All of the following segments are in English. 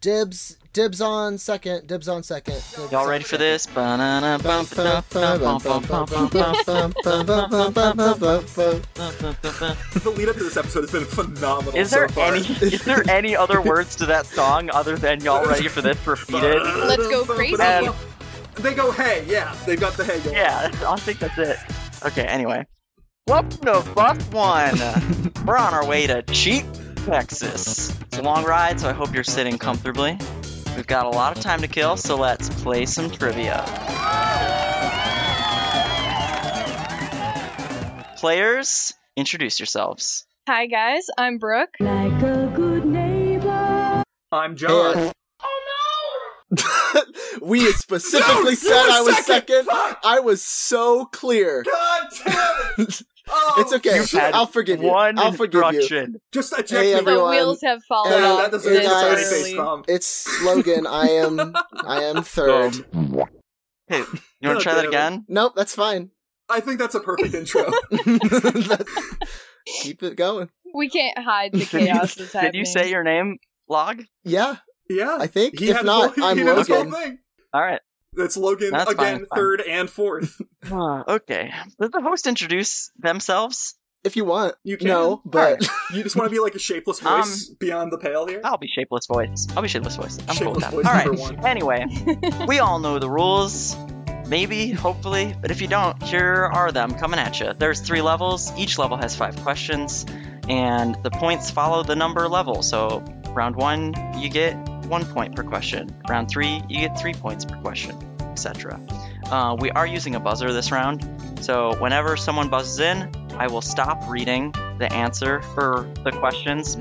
Dibs, dibs on second, dibs on second. dibs Y'all on ready for second. this? Ba-na-na, Bum, bum, bum, bum, bum, bum, bum, bum, bum, bum-ba-dum-bum-bum. bum, bum, bum, bum, bum, bum. the lead up to this episode has been phenomenal. Is so there far. any is there any other words to that song other than y'all ready for this repeated? Let's go crazy. And- They go hey, yeah. They've got the hey going. Um, Yeah, I think that's it. Okay, anyway. Welcome to Buck One. We're on our way to Cheap, Texas. It's a long ride, so I hope you're sitting comfortably. We've got a lot of time to kill, so let's play some trivia. Players, introduce yourselves. Hi guys, I'm Brooke. Like a good neighbor. I'm John. Yeah. we had specifically No, said you were I was second. Fuck! I was so clear. God damn it! Oh, It's okay. You had I'll forgive you. One I'll forgive you. instruction. Just eject Hey, me. everyone. The wheels have fallen Hey, No, off. that doesn't Hey, deserve a guys. pretty face, Tom. It's slogan. I am. I am third. Hey, you want God to try that damn it. again? Nope, that's fine. I think that's a perfect intro. Keep it going. We can't hide the Did you- chaos that's happening. Did you say your name, Log? Yeah, yeah. I think. he if had not, his whole, I'm he had his Logan. whole thing. All right. That's Logan That's fine, again, that's fine. third and fourth. okay. Does the host introduce themselves? If you want. You can. No, but You just want to be like a shapeless Um, voice beyond the pale here. I'll be shapeless voice. I'll be shapeless voice. I'm cool with Shapeless that. All voice right. number one. Anyway, we all know the rules. Maybe, hopefully, but if you don't, here are them coming at you. There's three levels. Each level has five questions, and the points follow the number level. So, round one, you get one point per question. Round three, you get three points per question, etc. Uh, we are using a buzzer this round, so whenever someone buzzes in, I will stop reading the answer for the questions.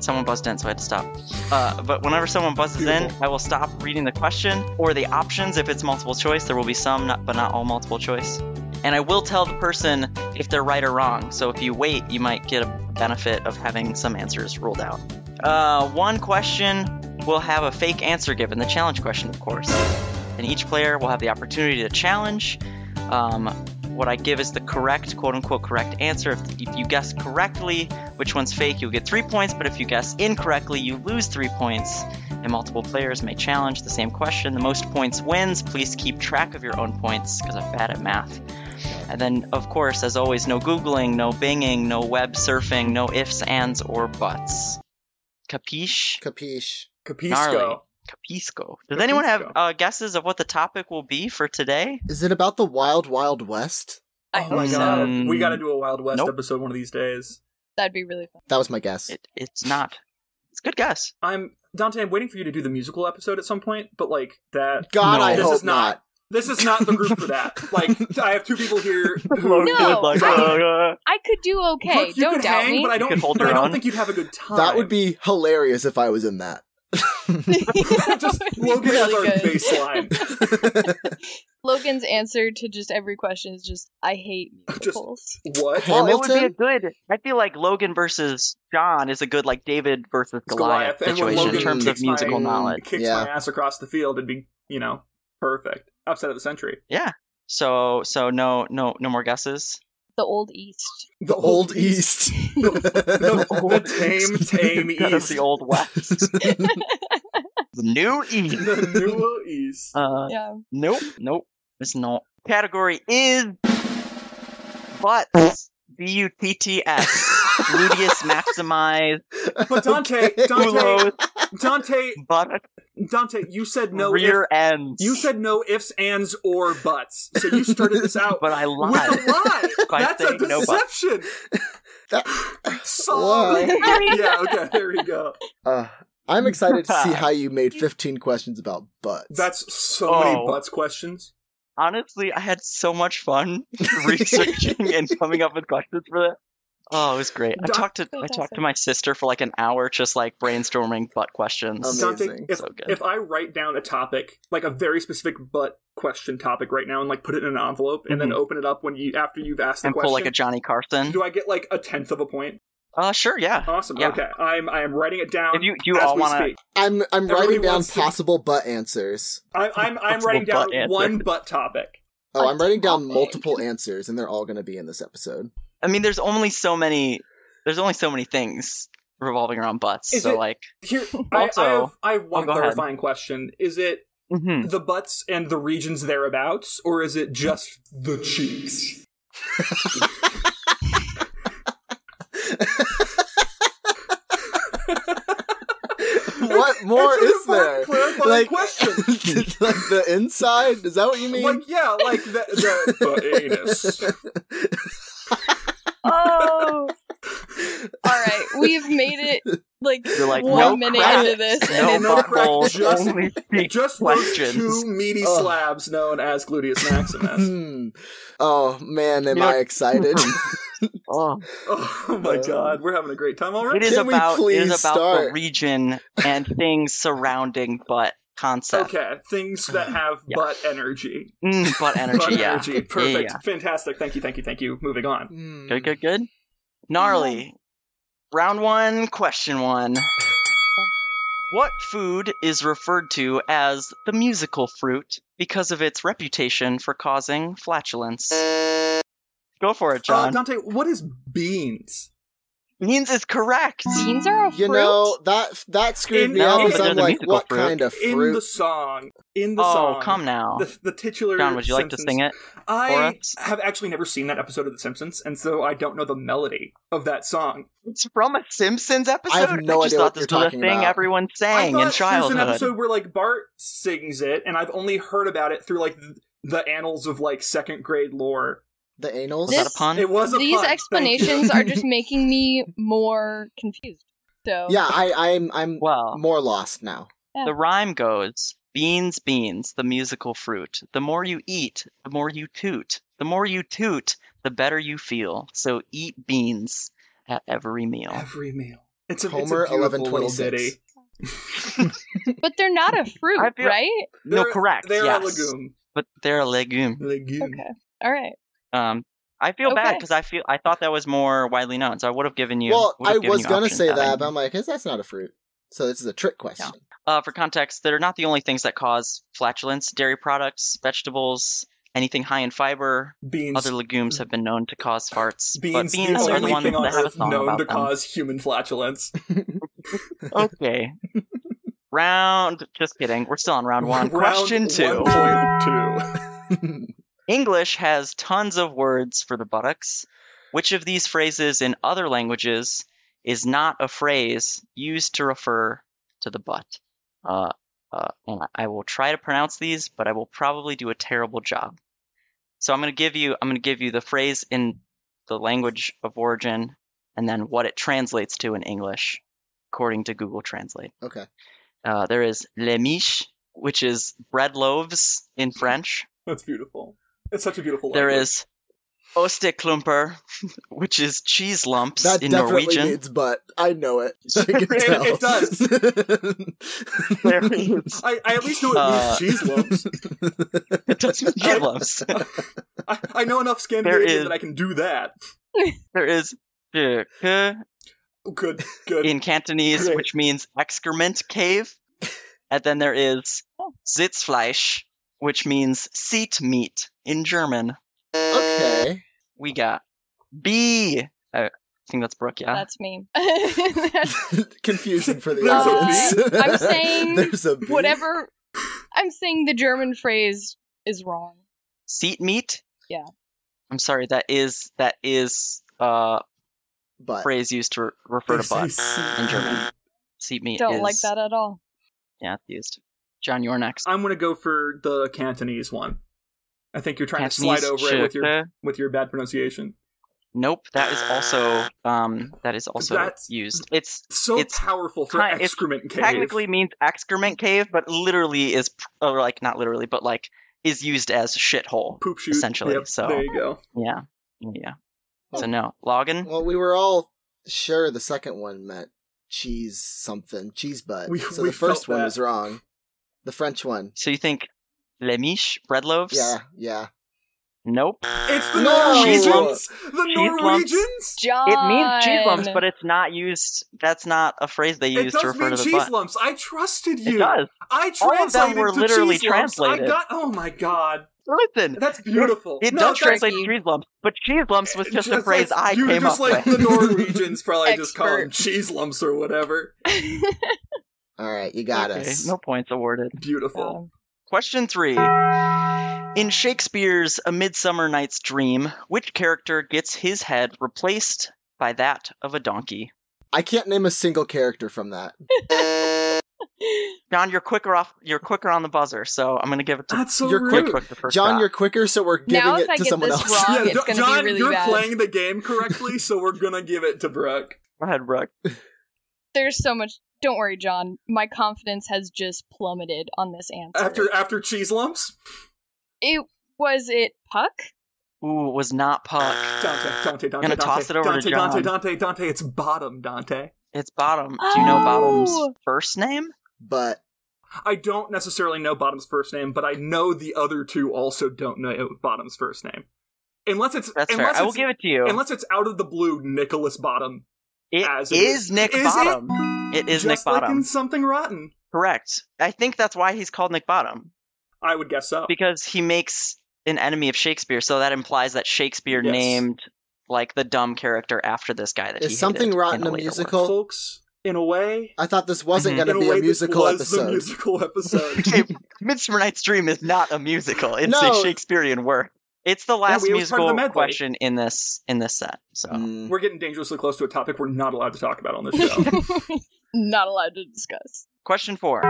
Someone buzzed in, so I had to stop. Uh, but whenever someone buzzes in, I will stop reading the question or the options. If it's multiple choice, there will be some, not, but not all multiple choice. And I will tell the person if they're right or wrong. So if you wait, you might get a benefit of having some answers ruled out. Uh, one question will have a fake answer given, the challenge question, of course. And each player will have the opportunity to challenge. Um, what I give is the correct, quote unquote, correct answer. If, if you guess correctly, which one's fake, you'll get three points, but if you guess incorrectly, you lose three points. And multiple players may challenge the same question. The most points wins. Please keep track of your own points, because I'm bad at math. And then, of course, as always, no Googling, no binging, no web surfing, no ifs, ands, or buts. Capiche? capiche. Gnarly. Capisco. Capisco. Does anyone have Capisco. uh, guesses of what the topic will be for today? Is it about the Wild Wild West? I Oh my hope so. god. so. We gotta do a Wild West Mm. Nope. episode one of these days. That'd be really fun. That was my guess. It, it's not. It's a good guess. I'm Dante, I'm waiting for you to do the musical episode at some point, but like that God, No. I This hope is not- this is not the group for that. Like I have two people here who No, Good luck, I- uh, I could do okay. Look, you Don't could doubt hang, me. but I don't, could hold but I your don't own. think you'd have a good time. That would be hilarious if I was in that. just That would Logan be as our really good. baseline. Logan's answer to just every question is just I hate musicals. what? Well, it would be a Hamilton? good. I feel like Logan versus John is a good like David versus It's Goliath, And when situation in Logan terms of kicks my- musical knowledge. Kicks Yeah. my ass across the field, it'd be, you know, perfect. Upset of the century. So so no no no more guesses. The Old East. The Old East. The, the tame, tame That is East. the old west. the new E. east. the New East. Uh, Yeah. Nope, nope, it's not. Category is but B U T T S. Luteus maximize But Dante, Dante, culos Dante, buttock Dante, you said no. rear if- ends. you said no ifs, ands, or buts. So you started this out but I with lied. a lie. By That's a saying no buts. deception. That- Sorry. Whoa. yeah. Okay. There we go. uh, I'm excited to see how you made 15 questions about butts. That's so Oh. many butts questions. Honestly, I had so much fun researching and coming up with questions for that. Oh, it was great. I Doc- talked to I talked to my sister for like an hour, just like brainstorming butt questions. Amazing. Dante, if, so good. if I write down a topic, like a very specific butt question topic right now, and like put it in an envelope, and then open it up when you after you've asked Mm-hmm. the and question, pull like a Johnny Carson. do I get like a tenth of a point? Uh, sure, yeah. Awesome. Yeah. Okay. I'm I am writing it down. If you you as all we want to speak. I'm I'm Everybody writing down wants to- possible butt answers. I, I'm I'm Possible writing down butt answer. one butt topic. Oh, I'm writing down Topic. multiple answers, and they're all going to be in this episode. I mean, there's only so many. There's only so many things revolving around butts. Is so it- like, Here, I, I, Also- oh, have, I have one go ahead. clarifying question. Is it mhm. the butts and the regions thereabouts, or is it just the cheeks? What more It's an is important there? clarifying question. like the inside? Is that what you mean? Like, yeah, like the, the, the anus. Oh. All right, we've made it like You're like, one no minute cracks, into this, no and it's butt- buttholes, just- only feet Just those questions. two meaty Ugh. slabs known as gluteus maximus. Hmm. oh man, am You know- I excited? Oh. oh my Uh. god, we're having a great time It already. is Can we about it please is about the start? region and things surrounding butt concept. Okay, things that have Yeah. butt energy. Mm, butt energy, butt yeah. energy. Perfect. yeah. Uh, Fantastic. Thank you, thank you, thank you. Moving on. Hmm. Good, good, good. Gnarly. Mm-hmm. Round one, question one. What food is referred to as the musical fruit because of its reputation for causing flatulence? Go for it, Uh, John. Dante, what is beans? Means is correct. beans are a fruit. You know that that screwed In- me up No, because but I'm they're the like, musical what fruit. kind of In the fruit? song. In the oh, song. come now. The, the titular. John, would you like to sentence- sing it? for I us? have actually never seen that episode of The Simpsons, and so I don't know the melody of that song. It's from a Simpsons episode. I have no just idea thought what this you're was a talking thing about. everyone I sang thought in childhood. There's an episode where like Bart sings it, and I've only heard about it through like th- the annals of like second grade lore. The anals? was that a This- pun? It was a These pun. Thank you. explanations are just making me more confused. So Yeah, I, I'm I'm Well, more lost now. The rhyme goes Beans, beans, the musical fruit. The more you eat, the more you toot. The more you toot, the better you feel. So eat beans at every meal. every meal. It's a it's a Homer beautiful little 1126. ditty. but they're not a I fruit, feel- right? No, They're- correct. They're yes. a legume. But they're a legume. Legume. Okay. All right. Um, I feel bad Okay. because I feel I thought that was more widely known, so I would have given you. well, would have I given was you gonna options say had I that, but known. I'm like, is that's not a fruit? So this is a trick question. Uh, for context, they're not the only things that cause flatulence. Dairy products, vegetables, anything high in fiber, Beans. other legumes have been known to cause farts. but beans, beans the are the only ones thing on that have a earth song known about to them. cause human flatulence. Okay. round. Just kidding. We're still on round one. Question two. 1.2. English has tons of words for the buttocks. Which of these phrases in other languages is not a phrase used to refer to the butt? Uh, uh, and I- I will try to pronounce these, but I will probably do a terrible job. So I'm going to give you I'm going to give you the phrase in the language of origin, and then what it translates to in English, according to Google Translate. Okay. Uh, there is les miches, which is bread loaves in French. That's beautiful. It's such a beautiful There language. is osteklumper, which is cheese lumps That in definitely Norwegian. needs butt. I know it. I can It- tell. it does. There is- I, I at least know it Uh, means cheese lumps. it does mean cheese lumps. I, I know enough Scandinavian is- that I can do that. There is "ke" Good, good. in Cantonese, Great. which means excrement cave, and then there is Sitzfleisch, which means seat meat in German. okay. We got B. I think that's Brooke. Yeah. That's me. That's Confusing for the There's a audience. bee? Um, I'm saying There's a bee? whatever. I'm saying the German phrase is wrong. seat meat. Yeah. I'm sorry. That is that is uh But phrase used to re- refer to butt in German. Seat meat. Ah. Don't is, like that at all. Yeah, it's used. John, you're next. I'm gonna go for the Cantonese one. I think you're trying Cantonese to slide over it with your chukka. with your bad pronunciation. Nope, that is also um that is also That's- used. It's So It's powerful for kind- it's excrement cave. technically means excrement cave, but literally is pr- or like not literally, but like is used as shithole. poop shoot. essentially, Yep, so- there you go. Yeah, yeah. oh. So no, Logan. well, we were all sure the second one meant cheese something, cheese butt. We- so we the first felt one that. was wrong. The French one. So you think les miches, bread loaves? Yeah, yeah. Nope. It's the No! Norwegians. The Cheese lumps. Norwegians. John. It means cheese lumps, but it's not used. That's not a phrase they It use to does refer mean to the cheese butt. lumps. I trusted It you. does. I All of them translated were to literally cheese lumps. I translated. got. Oh my god. Listen, That's beautiful. it No, does that's- translate to tricky. cheese lumps, but cheese lumps was just, a like- phrase I you- came just up like with. the Norwegians probably just call them Expert. cheese lumps or whatever. All right, you got Okay, us. No points awarded. Beautiful. Um, question three. In Shakespeare's A Midsummer Night's Dream, which character gets his head replaced by that of a donkey? I can't name a single character from that. John, you're quicker off. You're quicker on the buzzer, so I'm going to give it to That's so You're rude. quick. Quick Quick the first John, shot. you're quicker, so we're giving Now if it I to get someone this else. wrong- Yeah, It's Jo- gonna be John, really you're bad. playing the game correctly, so we're gonna give it to Brooke. Go ahead, Brooke. There's so much. Don't worry, John. My confidence has just plummeted on this answer. After after cheese lumps, it was it Puck. Ooh, it was not Puck. Dante, Dante, Dante, Gonna Dante, toss it over to Dante, John. Dante, Dante, Dante. It's bottom, Dante. It's Bottom. Do you know Oh! Bottom's first name? But I don't necessarily know Bottom's first name, but I know the other two also don't know Bottom's first name, unless it's That's unless fair. I will it's- give it to you. unless it's out of the blue Nicholas Bottom. it as is, it is. Nick Is it? Bottom. it is just Nick like Bottom. in something rotten. Correct. I think that's why he's called Nick Bottom I would guess so. because he makes an enemy of Shakespeare. So that implies that Shakespeare Yes. named like the dumb character after this guy that he is something hated rotten in a a later work. musical? folks, in a way, I thought this wasn't Mhm. going in to a be way, a this musical was the episode. musical episode. Okay, Midsummer Night's Dream is not a musical. It's No. a Shakespearean work. It's the last we- it was part of the musical medley. question in this in this set. So Mm. We're getting dangerously close to a topic we're not allowed to talk about on this show. Not allowed to discuss. Question four.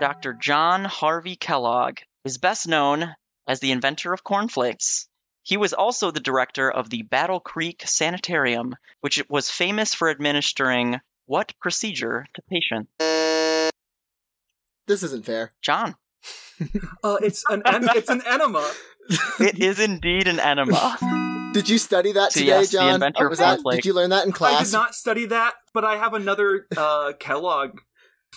Dr. John Harvey Kellogg is best known as the inventor of cornflakes. He was also the director of the Battle Creek Sanitarium, which was famous for administering what procedure to patients? Mm. This isn't fair. John, uh, it's an en- it's an enema. it is indeed an enema. Did you study that So today, yes, the John? Oh, inventor was of that, cornflakes. did you learn that in I did class? not study that, but I have another uh, Kellogg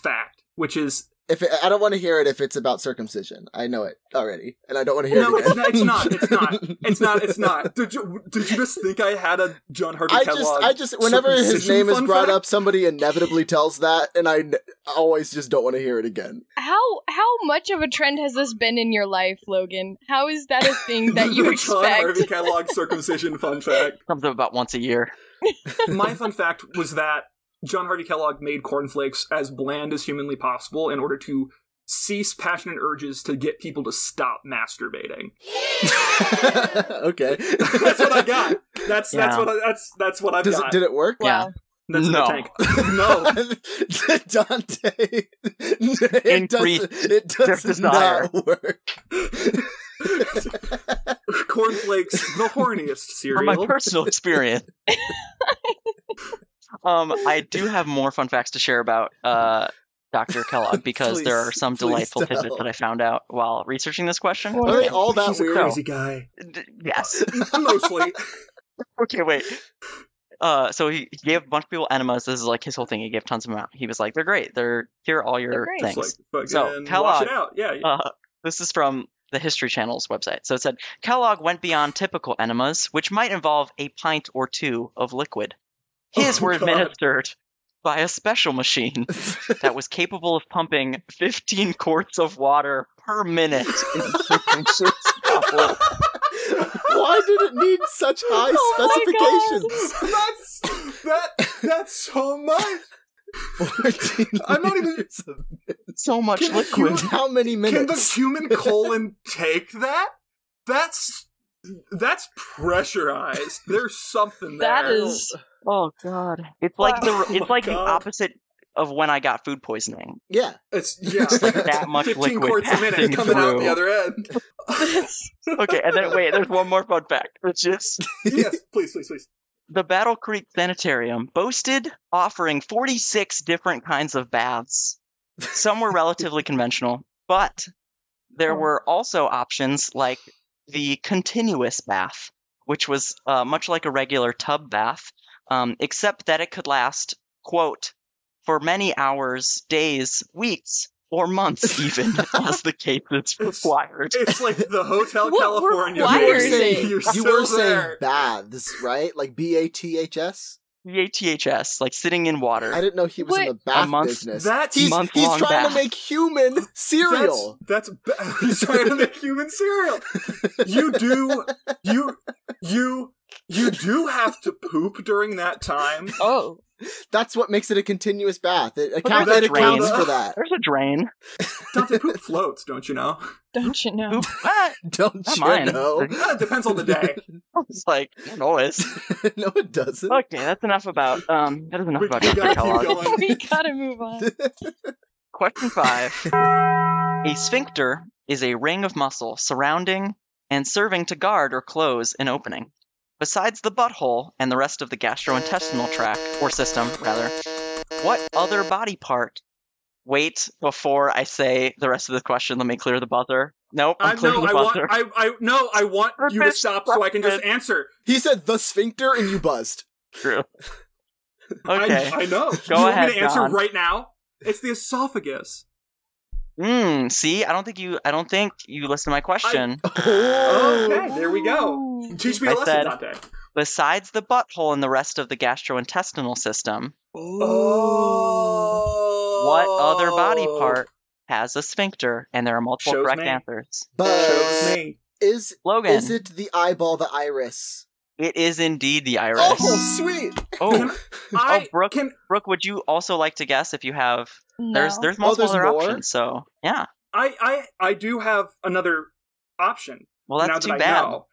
fact, which is If it, I don't want to hear it if it's about circumcision. I know it already, and I don't want to hear no, it again. it's not, it's not, it's not, it's not, it's not. Did you did you just think I had a John Harvey I Kellogg? just, I just, whenever his circumcision name is fun brought fact? up, somebody inevitably tells that, and I n- always just don't want to hear it again. How how much of a trend has this been in your life, Logan? How is that a thing that you The John expect? Harvey Kellogg circumcision fun fact. Comes up about once a year. My fun fact was that John Harvey Kellogg made cornflakes as bland as humanly possible in order to cease passionate urges to get people to stop masturbating. okay, that's what I got. That's that's Yeah. what I, that's that's what I've Does it, got. did it work? Wow. that's in the No. tank. No. Dante, it Increase does, it does desire. not work. Cornflakes, the horniest From my cereal. personal experience. um, I do have more fun facts to share about uh, Dr. Kellogg because there Please- are some please delightful tidbits tell. that I found out while researching this question. Well, Are they all that He's weird? a crazy guy. D- yes. Mostly. Okay, wait. Uh, so he he gave a bunch of people enemas. This is like his whole thing. He gave tons of them out. He was like, "They're great. They're here are all your great." things." It's like fucking So, wash Kellogg. it out. Yeah. Uh, this is from the History Channel's website. So it said Kellogg went beyond typical enemas, which might involve a pint or two of liquid. His Oh, were God. administered by a special machine that was capable of pumping 15 quarts of water per minute. into Why did it need such high Oh my specifications? That's that that's so much. 14 I'm not even- liters of- so much Can you- liquid. How many Can the minutes? human colon take that? That's that's pressurized. There's something there. That is Oh God! It's like the Wow. Oh, it's my like the God. opposite of when I got food poisoning. Yeah. It's yeah, It's like that much fifteen liquid quarts a minute passing coming out through. the other end. Okay, and then wait, there's one more fun fact, which is yes, please, please, please. the Battle Creek Sanitarium boasted offering 46 different kinds of baths. Some were relatively conventional, but Oh. there were also options like the continuous bath, which was uh, much like a regular tub bath, um, except that it could last, quote, for many hours, days, weeks, or months, even as the case is required. It's like the Hotel What California. requires version. it? you You're still were there. saying baths, right? Like B A T H S? E A T H S, like sitting in water. I didn't know he was in Wait. the bath Amongst business. That's he's he's Month-long trying bath. to make human cereal. That's, that's ba- he's trying to make human cereal. You do you you you do have to poop during that time. Oh, That's, what makes it a continuous bath. It, Well, account, that's it accounts rain. for that. There's a drain. Dante poop floats, don't you know? don't you know? Oop, ah, Don't Not you mine. know? Ah, It depends on the day. It's like noise. no, it doesn't. Okay, that's enough about um. That is enough We- about we Dr. gotta keep Kellogg. going. we gotta move on. Question five. a sphincter is a ring of muscle surrounding and serving to guard or close an opening. Besides the butthole and the rest of the gastrointestinal tract, or system, rather, what other body part? Wait before I say the rest of the question. Let me clear the buzzer. Nope, I'm I clearing no, the I want buzzer. I I no, I want you to Purpose stop so I can just answer. He said the sphincter and you buzzed. True. Okay. I, I know. Go you want me ahead, to answer Don. right now? It's the esophagus. Mm, see, I don't think you. I don't think you listened to my question. Oh. Okay, there we go. Ooh. Teach me a I lesson, said- Dante. Besides the butthole and the rest of the gastrointestinal system, Oh. what other body part has a sphincter? And there are multiple Shows correct me. answers. Buzz. Shows me. Is Logan, is it the eyeball, the iris? it is indeed the iris. Oh, Oh, sweet! I Brooke. can. Brooke, would you also like to guess if you have? There's Oh, No. there's multiple there's other more? options. So yeah. I I I do have another option. Well, now that's that too I bad. know.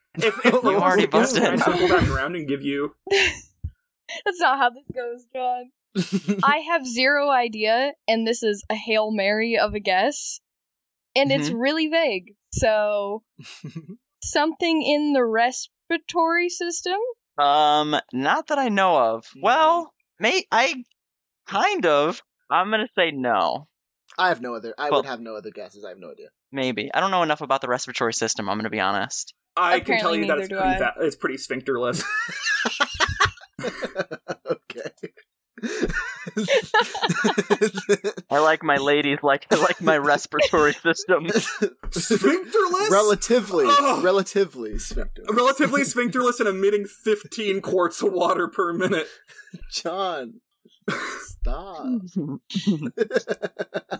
If, if You Lois already would guess, busted. I'd circle back around and give you. That's not how this goes, John. I have zero idea, and this is a hail mary of a guess, and it's really vague. So something in the respiratory system. Um, not that I know of. Hmm. Well, may I kind of. I'm gonna say no. I have no other. I Well- would have no other guesses. I have no idea. Maybe I don't know enough about the respiratory system. I'm gonna be honest. I can tell Apparently you that it's neither do pretty, I. fa- it's pretty sphincterless. okay. I like my ladies like I like my respiratory system. sphincterless? relatively, Ugh. relatively sphincter. Relatively sphincterless and emitting 15 quarts of water per minute. John, stop. Mm-hmm. Just,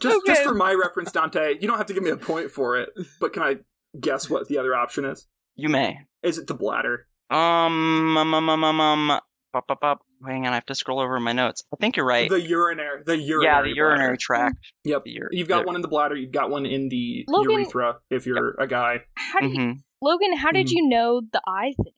just Okay. for my reference, Dante, you don't have to give me a point for it, but can I guess what the other option is? you may. Is it the bladder? Um, um, um, um, um, um, bop, bop, bop. Hang on, I have to scroll over my notes. I think you're right. The urinary, the urinary. yeah, the urinary bladder. tract. Yep. The ur- You've got the- one in the bladder. You've got one in the Logan- urethra. If you're a guy, How did you, Mhm. Logan? How did Mhm. you know the eye thing?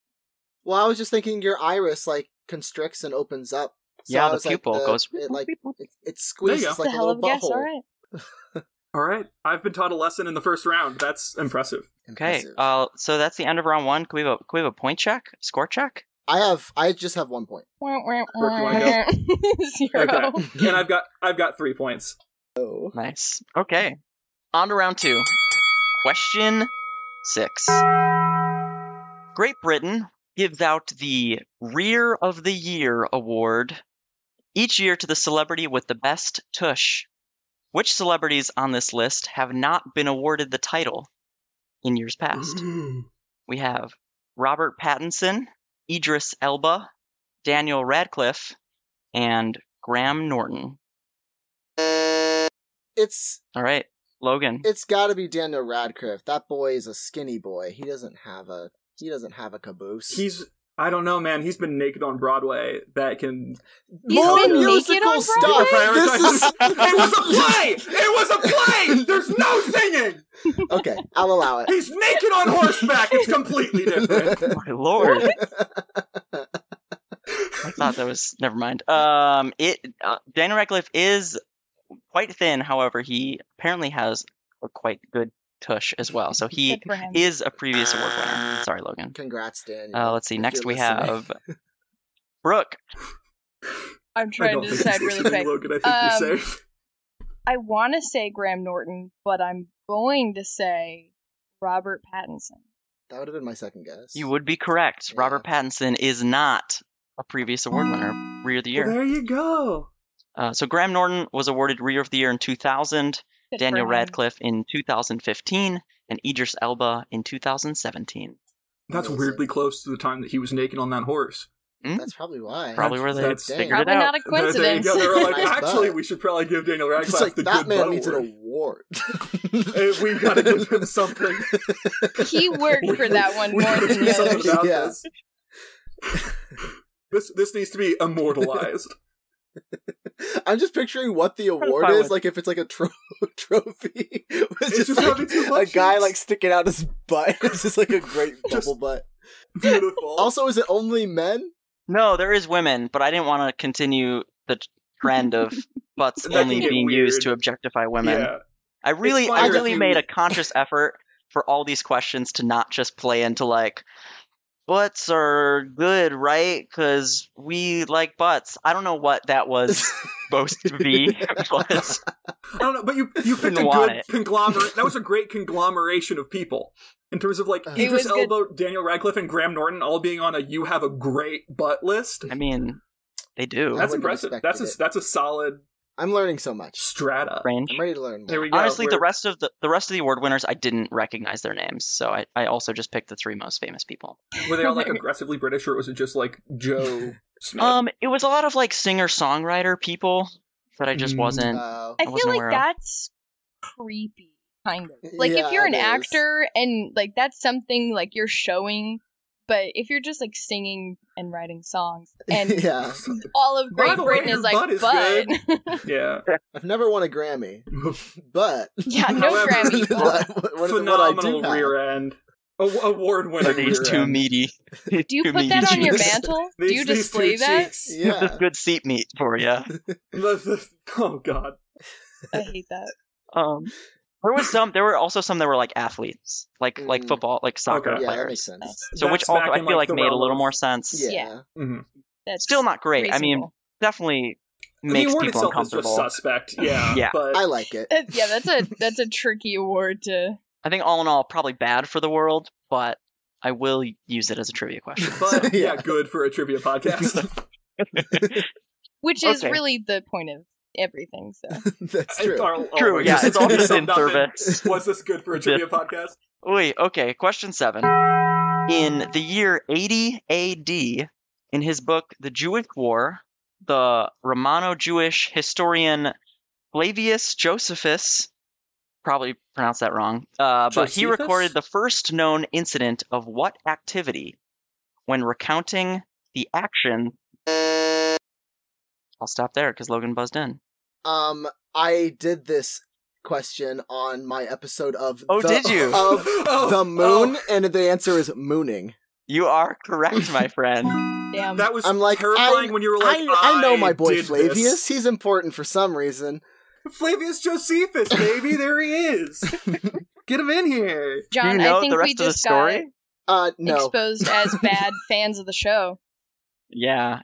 Well, I was just thinking your iris like constricts and opens up. So yeah, I the was like, pupil the- goes. It like it, it There squeezes you go. like a the hell little of a guess. All butthole. right. all right. I've been taught a lesson in the first round. That's impressive. Okay. Impressive. Uh, so that's the end of round one. Can we have a, can we have a point check? Score check? I have. I just have one point. Wah, wah, Brooke, you wanna wah. Zero. Okay. and I've got I've got three points. Oh. Nice. Okay. On to round two. Question six. Great Britain gives out the Rear of the Year award each year to the celebrity with the best tush. Which celebrities on this list have not been awarded the title in years past? we have Robert Pattinson, Idris Elba, Daniel Radcliffe, and Graham Norton. It's All right, Logan. it's got to be Daniel Radcliffe. That boy is a skinny boy. He doesn't have a he doesn't have a caboose. He's I don't know, man. He's been naked on Broadway. That can more been naked musical on stuff. Broadway? This is It was a play! It was a play! There's no singing! okay. I'll allow it. He's naked on horseback! It's completely different. My lord, I thought that was never mind. Um, it uh, Daniel Radcliffe is quite thin, however, he apparently has a quite good tush as well. So he Good for him. is a previous award winner. Sorry, Logan. Congrats, Daniel. Uh, let's see. if Next you're we listening. have Brooke. I'm I trying don't to think decide he's really listening, quick. Logan. I think Um, you're safe. I want to say Graham Norton, but I'm going to say Robert Pattinson. That would have been my second guess. You would be correct. Robert Pattinson is not a previous award winner, Rear of the Year. Well, there you go. Uh, so Graham Norton was awarded Rear of the Year in 2000, Good for Daniel him. Radcliffe in 2015, and Idris Elba in 2017. That's Amazing. weirdly close to the time that he was naked on that horse. Hmm? That's probably why. Probably where they That's- figured it Probably out. There- not a there you coincidence. go. They were like, Nice butt. actually, we should probably give Daniel Radcliffe It's like the that good butt man needs an award. award. Uh, we gotta give him something. he worked for that one We more gotta than do the something others. about Yeah. this. this this needs to be immortalized. I'm just picturing what the fine award is with- like if it's like a tro- trophy. it's just It's just like having too a much guy juice. like sticking out his butt. It's just like a great Just- bubble butt. Beautiful. Also, is it only men? No, there is women, but I didn't want to continue the t- trend of butts That can only get being used weird. to objectify women. yeah. I really, fine I if really you- made a conscious effort for all these questions to not just play into like butts are good, right? Because we like butts. I don't know what that was supposed to be. It was I don't know, but you you picked a Didn't want good it. conglomerate. That was a great conglomeration of people in terms of like It Idris was good. Elba, Daniel Radcliffe, and Graham Norton all being on a "You have a great butt" list. I mean, they do wouldn't have That's impressive. expected That's a it. that's a solid I'm learning so much. strata. range. I'm ready to learn more. There we go. Honestly, the We're- rest of the the rest of the award winners, I didn't recognize their names, so I, I also just picked the three most famous people. were they all like aggressively British, or was it just like Joe Smith? Um, it was a lot of like singer songwriter people that I just Mm. wasn't. Oh. I I feel wasn't aware like of. that's creepy, kind of. Like Yeah, if you're an it is. actor and like that's something like you're showing, but if you're just like singing and writing songs and yeah. all of By Great the way, Britain your is like, butt but is yeah, I've never won a Grammy, but yeah, no However- Grammy. But what, what I do phenomenal have- rear end, a- award winning Are these rear too end. meaty? Do you put that on your cheeks. mantle? These, Do you these display two that? cheeks. Yeah. Good seat meat for you. The- the- oh God, I hate that. Um, there was some. There were also some that were like athletes, like like Mm. football, like soccer Okay. yeah, that players. makes sense. So which That's also back I in, feel like, like, the made a realm little of- more sense. Yeah. Mhm. That's Still not great. I mean, reasonable. definitely the makes award people itself is just uncomfortable. suspect. Yeah, Yeah. But I like it. That- yeah, that's a that's a tricky award to. I think all in all, probably bad for the world, but I will use it as a trivia question. but Yeah. yeah, good for a trivia podcast. Oh Which is Okay. really the point of everything. So That's true. Our- oh our- True, yeah, it's all just in summed up service. Was this good for a trivia podcast? Wait, okay. Question seven. In the year 80 AD, in his book *The Jewish War*, the Romano-Jewish historian Flavius Josephus, probably pronounced that wrong, uh, but he Josephus? recorded the first known incident of what activity when recounting the action. I'll stop there because Logan buzzed in. Um, I did this question on my episode of Oh, the, did you? of Oh, the moon, oh, and the answer is mooning. You are correct, my friend. damn. that was I'm like, terrifying I- when you were like, I, I know my boy did Flavius. this." He's important for some reason. Flavius Josephus, baby, there he is. Get him in here. John, Do you know I think the rest we of the just got story? Uh, no. exposed as bad fans of the show. Yeah,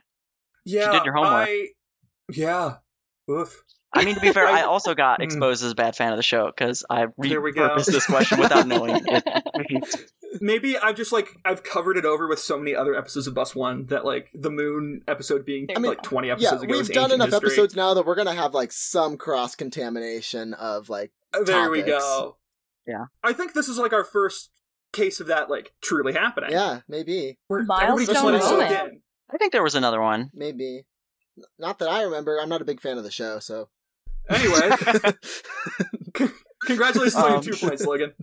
Yeah, did your homework. I, yeah. Oof. I mean, to be fair, I I- also got Hmm. exposed as a bad fan of the show because I There we go. repurposed this question without knowing it. Maybe I've just like I've covered it over with so many other episodes of Bus One that like the Moon episode being I mean, like twenty yeah, episodes ago. we've is done ancient enough history. episodes now that we're gonna have like some cross contamination of like Uh, There we topics. go. Yeah. I think this is like our first case of that like truly happening. yeah, maybe, Where Milestone everybody just let it soak moment. in. I think there was another one. maybe. N- Not that I remember. I'm not a big fan of the show, so Anyway, congratulations on your Um, two points, Logan.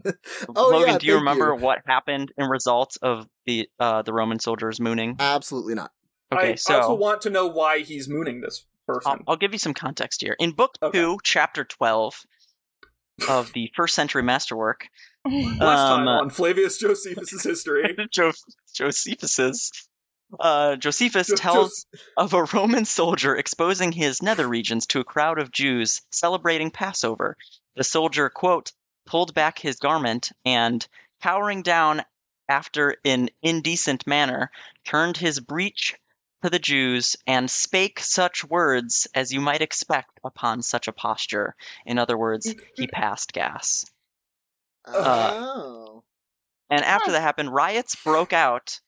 Oh, Logan, yeah, do you thank remember you. what happened in results of the uh, the Roman soldiers mooning? absolutely not. Okay, I also so want to know why he's mooning this I'll, person. I'll give you some context here. In Book Okay. Two, Chapter Twelve of the First Century Masterwork, Last um, time on Flavius Josephus's history. jo- Josephus's uh, Josephus Jo- tells of a Roman soldier exposing his nether regions to a crowd of Jews celebrating Passover. The soldier, quote, pulled back his garment and, cowering down after an indecent manner, turned his breech to the Jews and spake such words as you might expect upon such a posture. In other words, he passed gas. Oh, And after that happened, riots broke out,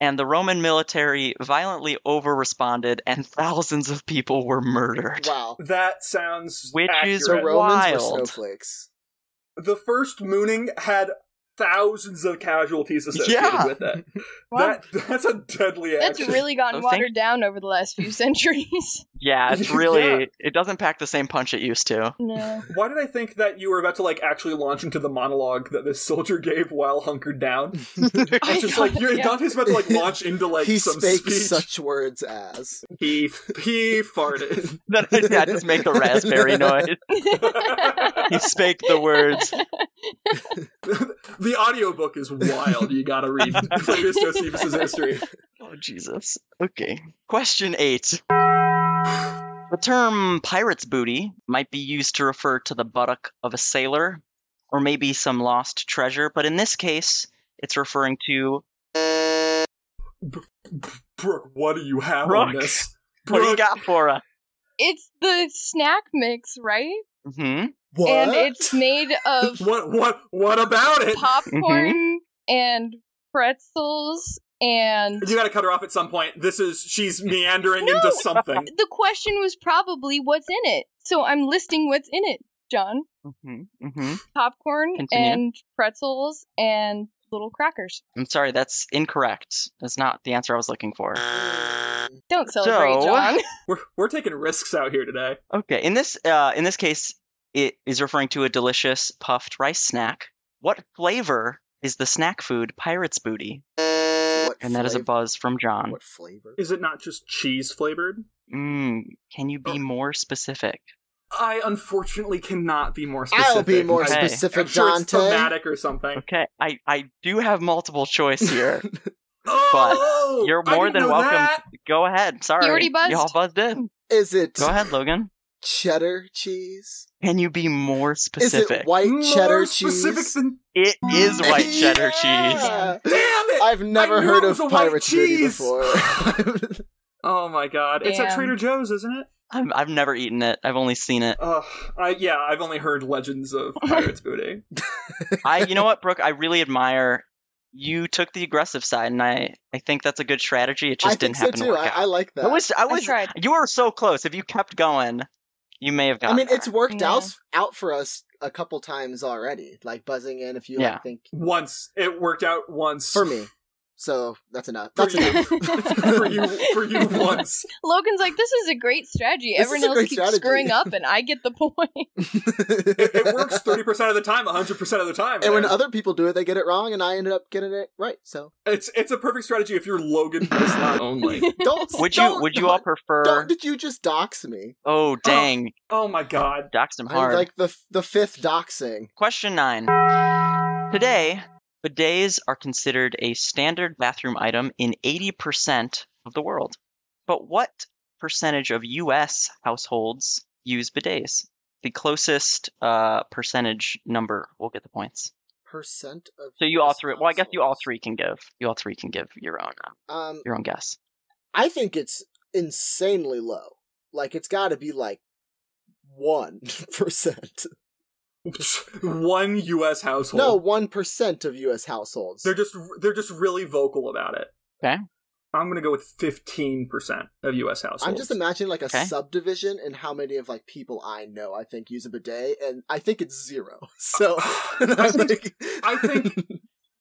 and the Roman military violently overresponded, and thousands of people were murdered. wow. That sounds Which is The accurate. Right. Romans were Wild. snowflakes. the first mooning had thousands of casualties associated Yeah. with it. Wow. That that's a deadly That's action. really gotten Oh, thank- watered down over the last few centuries. Yeah, it's Yeah. really it doesn't pack the same punch it used to. no. Why did I think that you were about to like actually launch into the monologue that this soldier gave while hunkered down? I It's just like thought- you're, yeah. Dante's about to like launch into like he some spake speech. such words as. He he farted. Then I- yeah, just make the raspberry noise. He spake the words. the audiobook is wild. You gotta read Flavius Josephus's history. Oh Jesus. Okay. Question eight. The term pirate's booty might be used to refer to the buttock of a sailor, or maybe some lost treasure, but in this case, it's referring to Brooke, what do you have on Brooke. this? what do you Brooke, got for us? It's the snack mix, right? hmm What? And it's made of what what what about it? popcorn and pretzels and You gotta cut her off at some point. This is she's meandering No. into something. the question was probably what's in it. So I'm listing what's in it, John. hmm hmm Popcorn Continue. and pretzels and little crackers. I'm sorry, that's incorrect. That's not the answer I was looking for. Don't celebrate, So- John. We're we're taking risks out here today. Okay, in this uh, in this case, it is referring to a delicious puffed rice snack. What flavor is the snack food Pirate's Booty? What And that is a flavor- buzz from John. What flavor? Is it not just cheese flavored? Mm, can you Oh. be more specific? I unfortunately cannot be more specific. I'll be more Okay. specific, I'm sure it's Dante. thematic or something. Okay, I I do have multiple choice here. Oh, you're I didn't more than know welcome. that. Go ahead. Sorry, already buzzed. all buzzed in. Is it Go ahead, Logan. cheddar cheese? Can you be more Is specific? it white more cheddar specific cheese? than it is white cheddar cheese. Yeah. damn it. I've never knew heard of it was a white pirate's booty cheese. before. oh my god, it's at Damn. Trader Joe's, isn't it? I've, I've never eaten it. I've only seen it. Ugh, I, yeah, I've only heard legends of pirates booty. I, you know what, Brooke? I really admire you took the aggressive side, and I, I think that's a good strategy. It I think just didn't so happen to too. work I, out. I like that. I was, I I was, tried. you were so close. If you kept going, you may have I gotten. mean, it's there. worked Yeah. out out for us a couple times already. Like buzzing in if you Yeah. like, think Once it worked out once for me. So that's enough. For That's you. enough. for you for you once. Logan's like, this is a great strategy. This is Everyone a else great keeps strategy. screwing up, and I get the point. It, it works thirty percent of the time, hundred percent of the time. And when man. other people do it, they get it wrong, and I ended up getting it right. So it's it's a perfect strategy if you're Logan Bislat only. don't. Would you, don't- would you all prefer? Don't, did you just dox me? Oh dang, Oh my god. doxed him I'm hard. like the the fifth doxing. Question nine. Today, bidets are considered a standard bathroom item in 80% of the world. But what percentage of US households use bidets? The closest uh, percentage number will get the points. Percent of. So you all US three. Well, I guess you all households. three can give. You all three can give your own uh, Um, your own guess. I think it's insanely low. Like it's got to be like one percent. One US household. No, one percent of U.S. households. They're just they're just really vocal about it. Okay. I'm gonna go with fifteen percent of U.S. households. I'm just imagining like a Okay. subdivision and how many of like people I know I think use a bidet, and I think it's zero. So I think- I think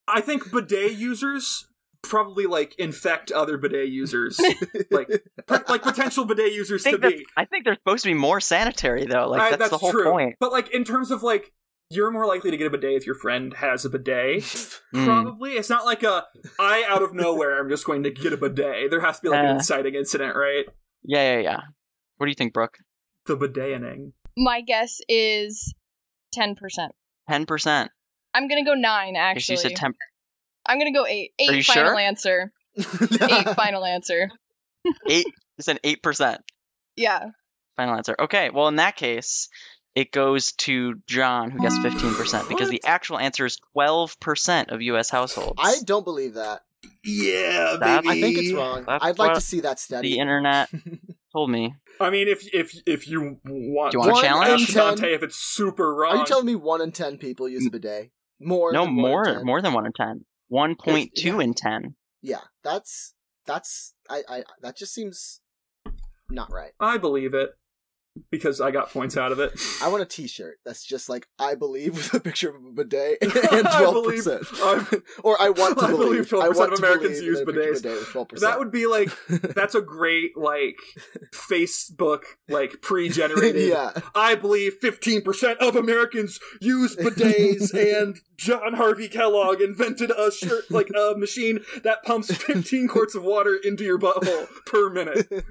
I think bidet users probably like infect other bidet users, like pot- like potential bidet users I to think, that's, be. I think they're supposed to be more sanitary though. Like Alright, that's, the whole true. point. But like in terms of like, you're more likely to get a bidet if your friend has a bidet. Mm. Probably, it's not like a I out of nowhere. I'm just going to get a bidet. There has to be like Uh. an inciting incident, right? Yeah, yeah, yeah. What do you think, Brooke? The bideting. My guess is 10%. Ten percent. I'm going to go 9, Because you actually. said ten. I'm going to go 8. Are 8 you final sure? answer. 8 final answer. Eight. It's an eight percent. Yeah. Final answer. Okay. Well, in that case, it goes to John, who guessed fifteen percent, because the actual answer is twelve percent of U.S. households. I don't believe that. Yeah, That- I think it's wrong. That's I'd like what to see that the study. internet told me. I mean, if if if you want, Do you want a One challenge? in ask ten. Dante if it's super wrong. Are you telling me one in ten people use a bidet? More? no, than one in more 10? more than one in ten. One point two yeah. in ten. Yeah, that's that's I I that just seems not right. I believe it. because I got points out of it. I want a T-shirt that's just like "I believe" with a picture of a bidet and I twelve believe- percent, I'm- or I want to I believe believe. 12% want of to Americans believe use in a picture of bidets. a bidet with 12%. that would be like that's a great like Facebook like pre-generated. yeah. I believe 15% of Americans use bidets, and John Harvey Kellogg invented a shirt, like a machine that pumps 15 quarts of water into your butthole per minute. I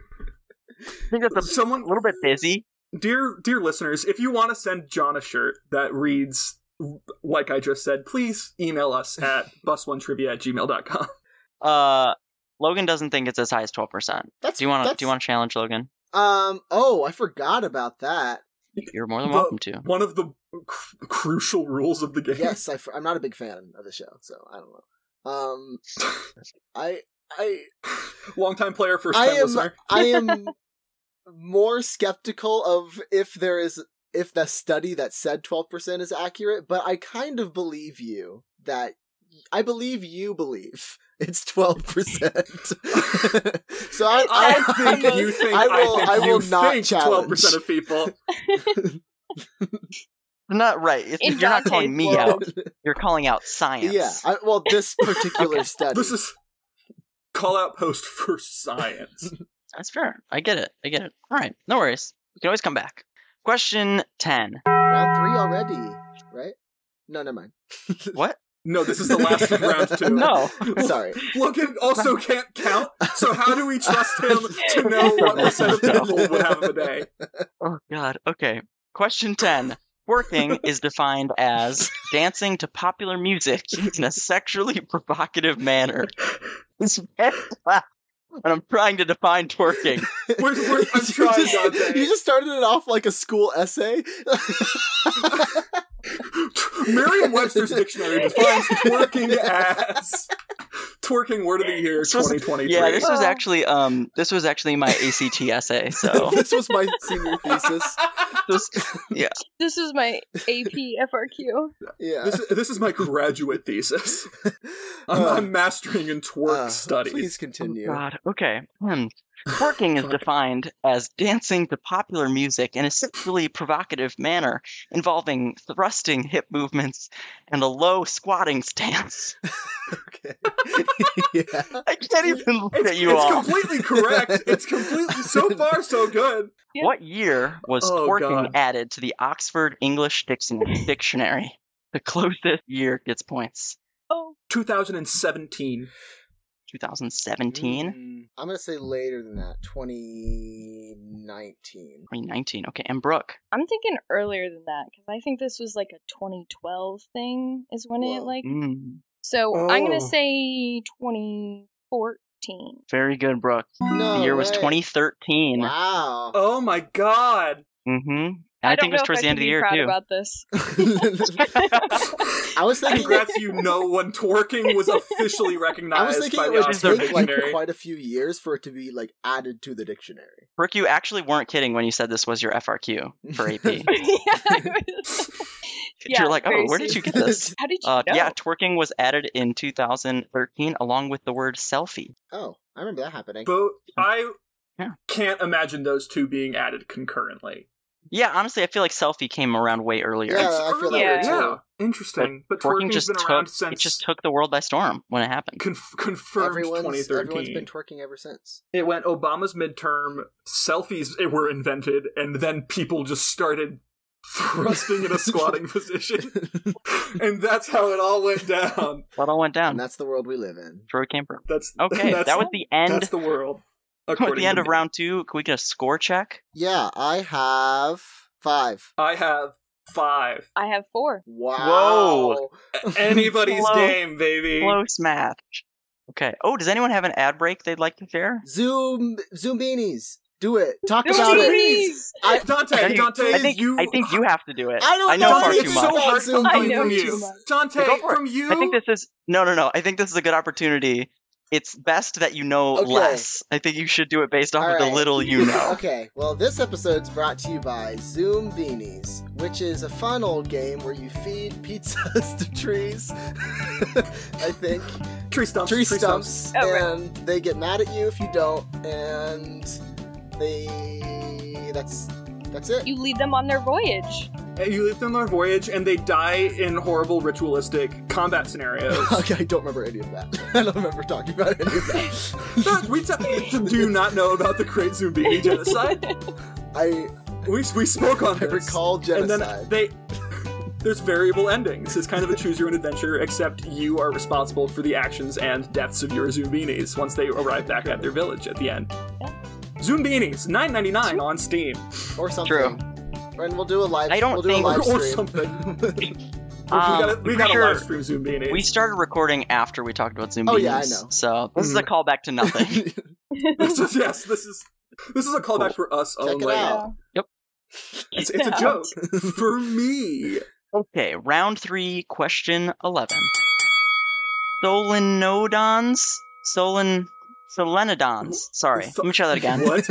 think that's a Um, Someone, little bit busy. dear, dear listeners, if you want to send John a shirt that reads like I just said, please email us at busonetrivia at gmail.com. Uh, Logan doesn't think it's as high as twelve percent. That's Do you want to? that's- Do you want to challenge Logan? Um. Oh, I forgot about that. You're more than The- welcome to. One of the cr- crucial rules of the game. Yes, I, am not a big fan of the show, so I don't know. Um, I I Longtime player, first I time am listener. I am more skeptical of if there is if the study that said 12% is accurate, but I kind of believe you that I believe you believe it's 12%. so I, I I think you think I, will think I will you not think twelve challenge. percent of people. Not right. It's- In you're not Dante's calling me out. world. You're calling out science. Yeah, I, well this particular study. This is call out post for science. That's fair. I get it. I get it. All right. No worries. You can always come back. Question 10. round 3 already, right? No, never mind. What? No, this is the last of round two. No. Sorry. Logan also can't count. So how do we trust him to know what percent of people would have a day? Oh, God. Okay. Question 10. Working is defined as dancing to popular music in a sexually provocative manner. It's very loud, and I'm trying to define twerking. We're, we're, I'm You trying, just- You Dante. just started it off like a school essay. Merriam-Webster's dictionary defines twerking as twerking word of the year This was- 2023. Yeah, this was Oh. actually um this was actually my ACT essay. So this was my senior thesis. this, This is my AP FRQ. Yeah. This, this is my graduate thesis. I'm, Uh, I'm mastering in twerk uh, studies. Please Oh, continue. God. Okay. Hmm. Twerking is defined as dancing to popular music in a sexually provocative manner involving thrusting hip movements and a low squatting stance. okay. yeah. I can't even look It's, at you it's all. completely correct. It's completely so far so good. What year was Oh, twerking God. added to the Oxford English Dictionary? Dictionary? The closest year gets points. Oh, 2017. 2017, Mm, I'm gonna say later than that. 2019. 2019. Okay, and Brooke. I'm thinking earlier than that because I think this was like a 2012 thing. Is when it Whoa. like. Mm, So I'm Oh. gonna say 2014. very good, Brooke. No. The year was way. 2013. Wow. Oh my god. Mm-hmm. I, don't think it was know if towards the I can end of the be year proud too. About this, I was thinking. Congrats, you know when twerking was officially I was recognized by thinking it the would Oxford take like Dictionary. quite a few years for it to be like added to the dictionary. Brooke, you actually weren't kidding when you said this was your FRQ for AP. yeah, I was- Yeah, You're like, oh, very where did you get this? how did you Uh, know? Yeah, twerking was added in 2013 along with the word selfie. Oh, I remember that happening. But I Yeah. can't imagine those two being added concurrently. Yeah, honestly, I feel like selfie came around way earlier. Yeah, It's I feel that earlier, way, too. yeah. Interesting. But Twerking twerking's just been took around since it just took the world by storm when it happened. conf- confirmed everyone's 2013. everyone's been twerking ever since. it went Obama's midterm, selfies were invented, and then people just started thrusting in a squatting position. And that's how it all went down. That all went and down. that's the world we live in. For a camper. That's Okay, that's, that was the end. that's the world. that was according the end to of me. round two. Can we get a score check? Yeah, I have five. I have five. I have four. Wow. Anybody's Hello. game, baby. Close match. Okay. Oh, does anyone have an ad break they'd like to share? Zoom Zoom beanies. Do it. Talk Zoom about it. beanies! I- I Dante, think- Dante, I think you. I think you have to do it. I don't know know far Dante, too it's much. so hard Zoom coming from beanies. you. I know Dante, Go for it. from you. I think this is no, no, no. I think this is a good opportunity. It's best that you know Okay. less. I think you should do it based off of the Alright. little you know. Okay, well, this episode's brought to you by Zoom Beanies, which is a fun old game where you feed pizzas to trees. I think. tree stumps. Tree stumps. Oh, right. and they get mad at you if you don't, and they. That's That's it. You lead them on their voyage. And Eh, You leave them on their voyage, and they die in horrible ritualistic combat scenarios. Okay, I don't remember any of that. I don't remember talking about any of that. we t- do not know about the Great Zumbini genocide. I, We, we spoke on I this. recall and genocide. then they there's variable endings. It's kind of a choose your own adventure, except you are responsible for the actions and deaths of your Zumbinis once they arrive back at their village at the end. Zumbinis, nine ninety nine on Steam or something. True. And we'll do a live. I don't we'll do think- a or, live or stream. something. Um, we got, a, we got sure. a live stream Zumbini. We started recording after we talked about Zumbinis. Oh, yeah, I know. So this is Mm-hmm. a callback to nothing. this is, yes, this is this is a callback for us Check it only. out. It's, it's a joke for me. okay, round three, question eleven. Solenodons, solen, solenodons. Sorry, let me try that again. What?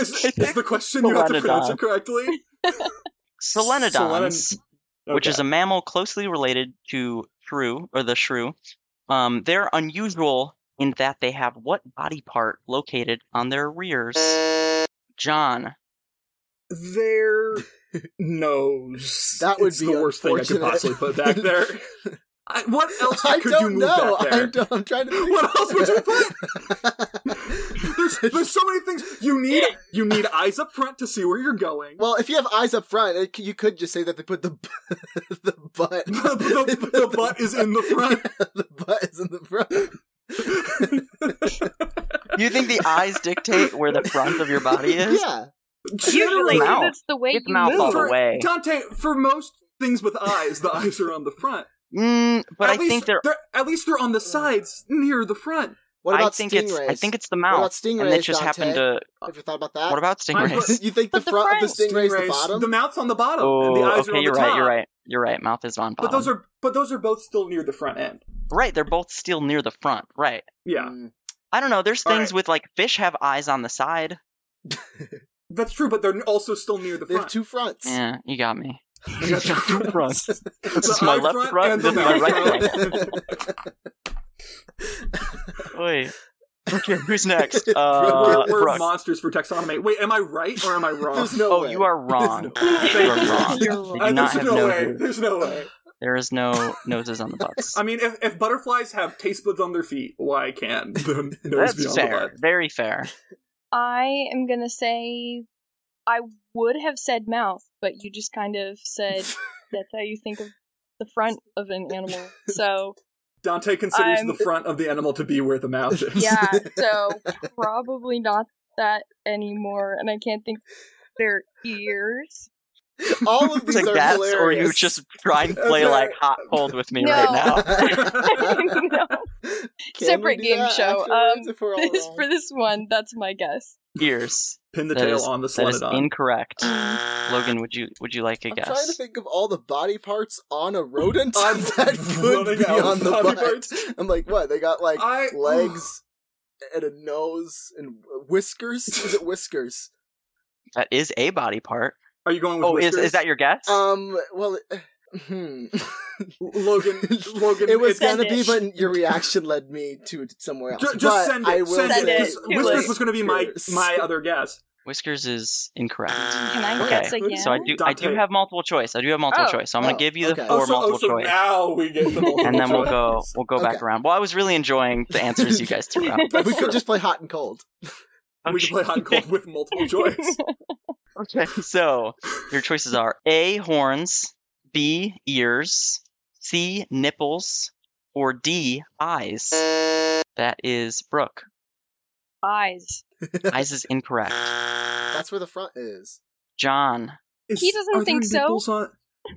is, is the question you have to pronounce it correctly? Solenodons, Solen- which Okay. is a mammal closely related to shrew or the shrew. Um, they're unusual in that they have what body part located on their rears? John. their nose. That would It's be the worst thing I could unfortunate. possibly put back there. I, what else I could you don't move know. back there? I don't, I'm trying to. Think. What else would you put? put? There's, there's so many things you need. You need eyes up front to see where you're going. well, if you have eyes up front, it, you could just say that they put the b- the butt. The, the- the butt is in the front. the butt is in the front. You think the eyes dictate where the front of your body is? Yeah. Usually, Generally, Mouth. that's the way It's you mouth all move. the for, way. Dante, for most things with eyes, the eyes are on the front. Mm, but at I least think they're. at least they're on the sides near the front. What about I think stingrays? it's. I think it's the What mouth. about stingrays? and it just Dante? happened to. Have you thought about that? What about stingrays? you think the But the front of the front- stingrays the Stingrays, bottom? mouth's on the bottom. and the Oh, eyes are okay. on You're the right. top. You're right. You're right. Mouth is on bottom. But those are but those are both still near the front end. right. They're both still near the front. Right. Yeah, Mm. I don't know. There's All things with like fish have eyes on the side. that's true. But they're also still near the They have front. two fronts. Yeah, you got me. They got two fronts. This The is my eye left front front. and This is the my mouth right front. front. Wait. Okay. Who's next? we're, Uh, we're Brooke. monsters for taxonomy. Wait, am I right or am I wrong? There's no Oh, way. you are wrong. There's You no- are wrong. You're They wrong. do I- not there's have no way. noses. There's no way. There is no noses on the butts. I mean, if, if butterflies have taste buds on their feet, why can't the nose be That's on fair. Very fair. I am gonna say I would have said mouth, but you just kind of said that's how you think of the front of an animal. So the butt? Dante considers I'm- the front of the animal to be where the mouth is. yeah, so probably not that anymore, and I can't think of their ears. All of It's these like are that's hilarious. or you just try and play That's like right. hot cold with me No. right now. No. Can Separate we do game that show. afterwards Um, if we're all This, wrong? for this one, that's my guess. Ears. Pin the That tail is- on the That is slenodon. incorrect. Mm, Logan, would you would you like a I'm guess? trying to think of all the body parts on a rodent I'm that could running be out of on the body butt. parts. I'm like, what? They got like I- legs and a nose and whiskers. Is it whiskers? That is a body part. Are you going with Oh, is whiskers? is that your guess? Um. Well. it- Hmm. Logan? Logan, it was it's- Send gonna be, it. but your reaction led me to somewhere else. Ju- Just, But send it. I will send say Send it. Just- Too Whiskers late. was going to be my my other guess. Whiskers is incorrect. Can I Okay. guess again? So I do I do Dante. have multiple choice. I do have multiple Oh. choice. So I'm gonna Oh, give you the okay. four oh, so, multiple oh, so choice. now we get the multiple and then we'll choice. go we'll go back Okay. around. Well, I was really enjoying the answers you guys threw out. we could just play hot and cold. We can play hot and cold with multiple choice. Okay. So your choices are A horns, B ears, C nipples, or D eyes. That is Brooke. Eyes. Eyes is incorrect. That's where the front is. John, Is- He doesn't are there think so. nipples On,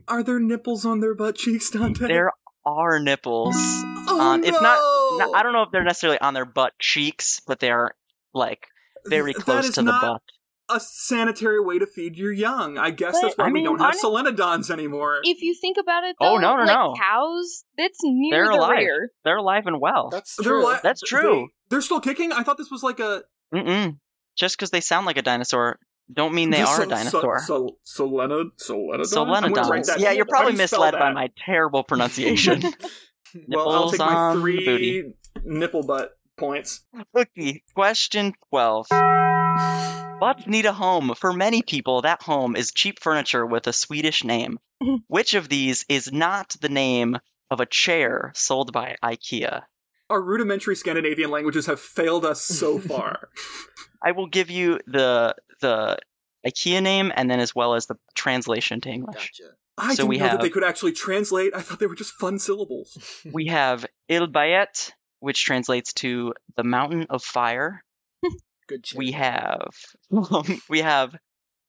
are there nipples on their butt cheeks, Dante? there are nipples. oh, on- no! it's not- Now, Oh. I don't know if they're necessarily on their butt cheeks, but they are like very Th- close that is to the not butt. a sanitary way to feed your young. I guess But, that's why I we mean, don't have honest- solenodons anymore. If you think about it, though, Oh, no, no, like no. cows, that's near They're the alive. rear. They're alive and well. That's They're true. li- That's true. They, are still kicking. I thought this was like a. Mm-mm. Just because they sound like a dinosaur, don't mean they this are a so- dinosaur. So, so, solenod, solenodon. I'm gonna write Solenodons. that- Yeah, you're how do probably you misled spell by that? my terrible pronunciation. Well, I'll Nipples take on my the three booty. nipple butt points. Okay, question 12. But need a home. For many people, that home is cheap furniture with a Swedish name. Which of these is not the name of a chair sold by IKEA? Our rudimentary Scandinavian languages have failed us so far. I will give you the the IKEA name and then as well as the translation to English. Gotcha. I So didn't we know have- that they could actually translate. I thought they were just fun syllables. We have Il Bayet, which translates to the mountain of fire. Good chair. We have we have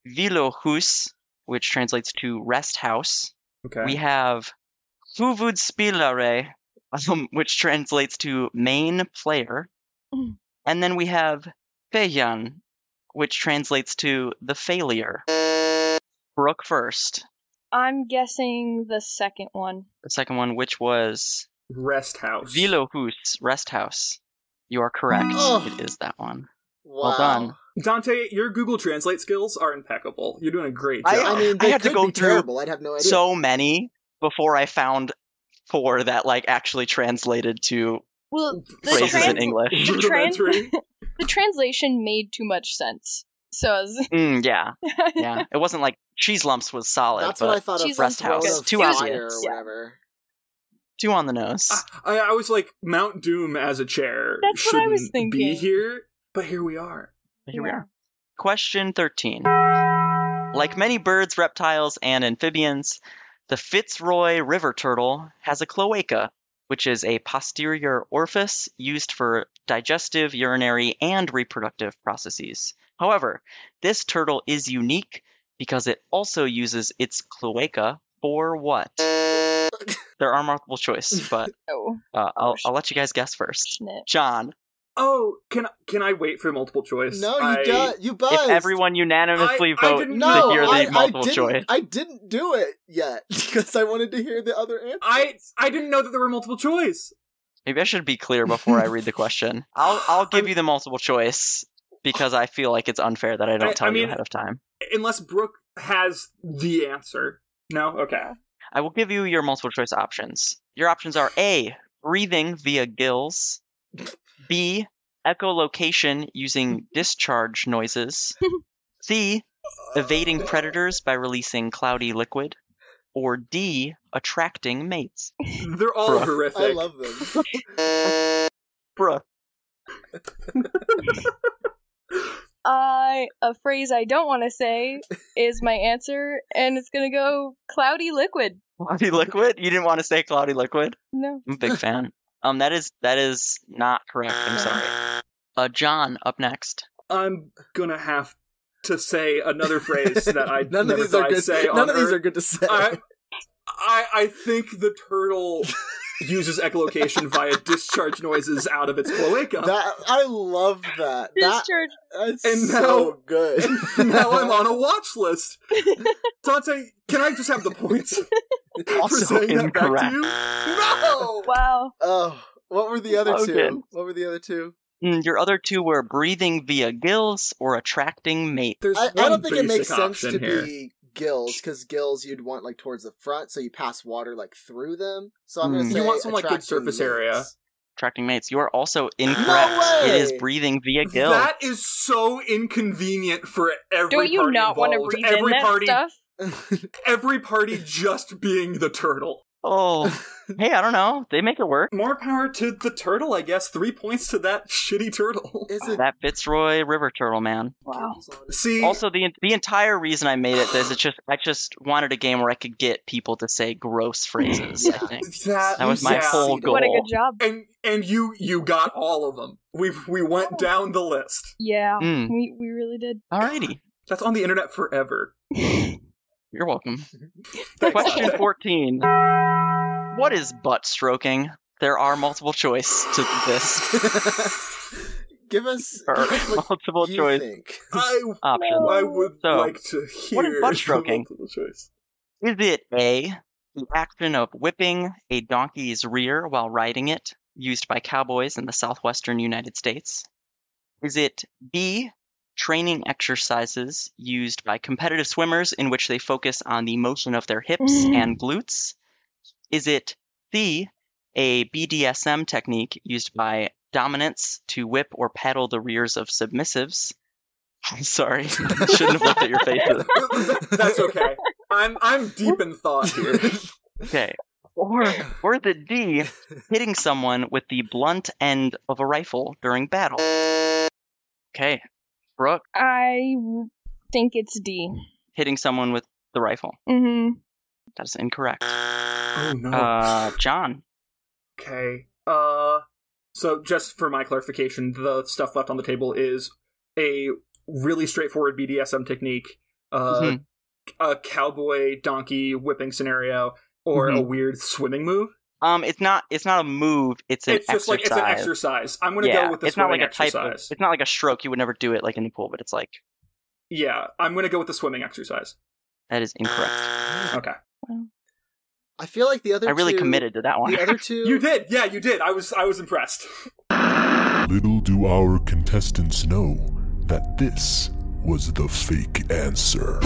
Vilohus, which translates to rest house. Okay. We have Huvudspillare, um, which translates to main player. Mm. And then we have Fejan, which translates to the failure. Brooke first. I'm guessing the second one. The second one, which was Rest house. Vilohus, rest house. You are correct. Oh. It is that one. wow. Well done. Dante, your Google Translate skills are impeccable. You're doing a great I- job. I mean, they I had to could go be through terrible. I'd have no idea. So many before I found four that like actually translated to Well, the, phrases in trans- English. the, trans- Rudimentary. the translation made too much sense. So I was- Mm, yeah, yeah. It wasn't like cheese lumps was solid. That's but... what I thought of She's Rest like, House. okay, of two Fire hours. or Yeah. whatever. two on the nose. Ah. I, I was like Mount Doom as a chair. That's what I was shouldn't Be thinking. here, but here we are. Here we are. Question 13. Like many birds, reptiles, and amphibians, the Fitzroy river turtle has a cloaca, which is a posterior orifice used for digestive, urinary, and reproductive processes. However, this turtle is unique because it also uses its cloaca for what? there are multiple choice, but no. uh, I'll, I'll let you guys guess first. Snip. John, Oh, can can I wait for multiple choice? No, I, you do You buzzed. if everyone unanimously I- I vote didn't to no, hear the I, I multiple didn't. choice. I didn't do it yet because I wanted to hear the other answer. I I didn't know that there were multiple choice. Maybe I should be clear before I read the question. I'll I'll give you the multiple choice because I feel like it's unfair that I don't I- tell I you mean- ahead of time. Unless Brooke has the answer. No, okay. I will give you your multiple choice options. Your options are A, breathing via gills, B, echolocation using discharge noises, C, evading predators by releasing cloudy liquid, or D, attracting mates. They're all Brooke. Oh, horrific. I love them. Bruh. I a phrase I don't want to say is my answer, and it's gonna go cloudy liquid. Cloudy liquid? You didn't want to say cloudy liquid? No. I'm a big fan. Um, that is that is not correct. I'm sorry. Uh, John, up next. I'm gonna have to say another phrase that I none of never these thought are I'd good. say none on of these Earth. are good to say. I, I I think the turtle uses echolocation via discharge noises out of its cloaca. that I love that. That Discharge. that's And so now- good. and now I'm on a watch list. Dante, can I just have the points for Also saying that back to incorrect. you? No. Wow. Oh, what were the other So two? good. What were the other two? Mm, Your other two were breathing via gills or attracting mate. There's I, I one don't think it makes basic sense option to here. be gills because gills you'd want like towards the front, so you pass water like through them. So I'm gonna Hmm. say You Mm. want some, like, good attracting surface mates. area. Attracting mates. You are also incorrect. It is way! breathing via gills. That is so inconvenient for every Don't you party not want to involved. breathe every in that party, stuff? Every party just being the turtle. Oh, hey, I don't know. They make it work. More power to the turtle, I guess. Three points to that shitty turtle. Is it? That Fitzroy River Turtle man. Wow. See, Also, the the entire reason I made it this is just I just wanted a game where I could get people to say gross phrases. I Yeah. think. that, That was my yeah. whole goal. What a good job. And and you you got all of them. We we went down the list. Yeah. Mm-hmm. Mm. We we really did. Alrighty, That's on the internet forever. you're welcome. Thanks, Question Dante. 14. What is butt stroking? There are multiple choice to this. give us Or give us what multiple you choice think. I options. I would So, like to hear what is butt the stroking? multiple choice. Is it A, the action of whipping a donkey's rear while riding it, used by cowboys in the southwestern United States? Is it B, training exercises used by competitive swimmers in which they focus on the motion of their hips and glutes? Is it C, a BDSM technique used by dominants to whip or paddle the rears of submissives? I'm sorry. I shouldn't have looked at your faces. That's okay. I'm I'm deep in thought here. Okay. Or, or the D, hitting someone with the blunt end of a rifle during battle. Okay. Brooke, I w- think it's D. hitting someone with the rifle. Mm-hmm. That's incorrect. Oh no. Uh, John, Okay. Uh so just for my clarification, the stuff left on the table is a really straightforward BDSM technique, uh Mhm. a cowboy donkey whipping scenario or Mm-hmm. a weird swimming move. um, it's not it's not a move. It's an it's just like exercise. it's an exercise. I'm going to yeah, go with the it's not swimming like a exercise. type. Of, it's not like a stroke. You would never do it like in the pool, but it's like Yeah, I'm going to go with the swimming exercise. that is incorrect. Okay. I feel like the other I really two- committed to that one. The other two You did. Yeah, you did. I was I was impressed. Little do our contestants know that this was the fake answer.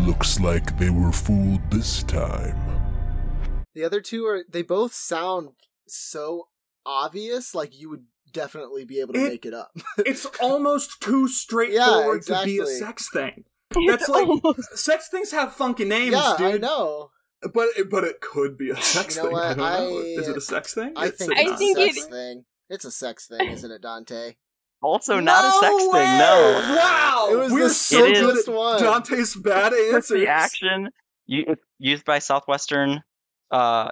Looks like they were fooled this time. The other two are they both sound so obvious, like you would definitely be able to It- make it up. It's almost too straightforward to be a exactly. sex thing. That's like sex things have funky names, yeah, dude. I know. But it, but it could be a sex You know thing. I what? don't know. I- Is it a sex thing? I It's think a- it's I think a it- sex thing. It's a sex thing, isn't it, Dante? also, not a sex thing. No, Wow! It was We're the so It good simplest at one. Dante's bad answers. the action u- it's used by Southwestern uh,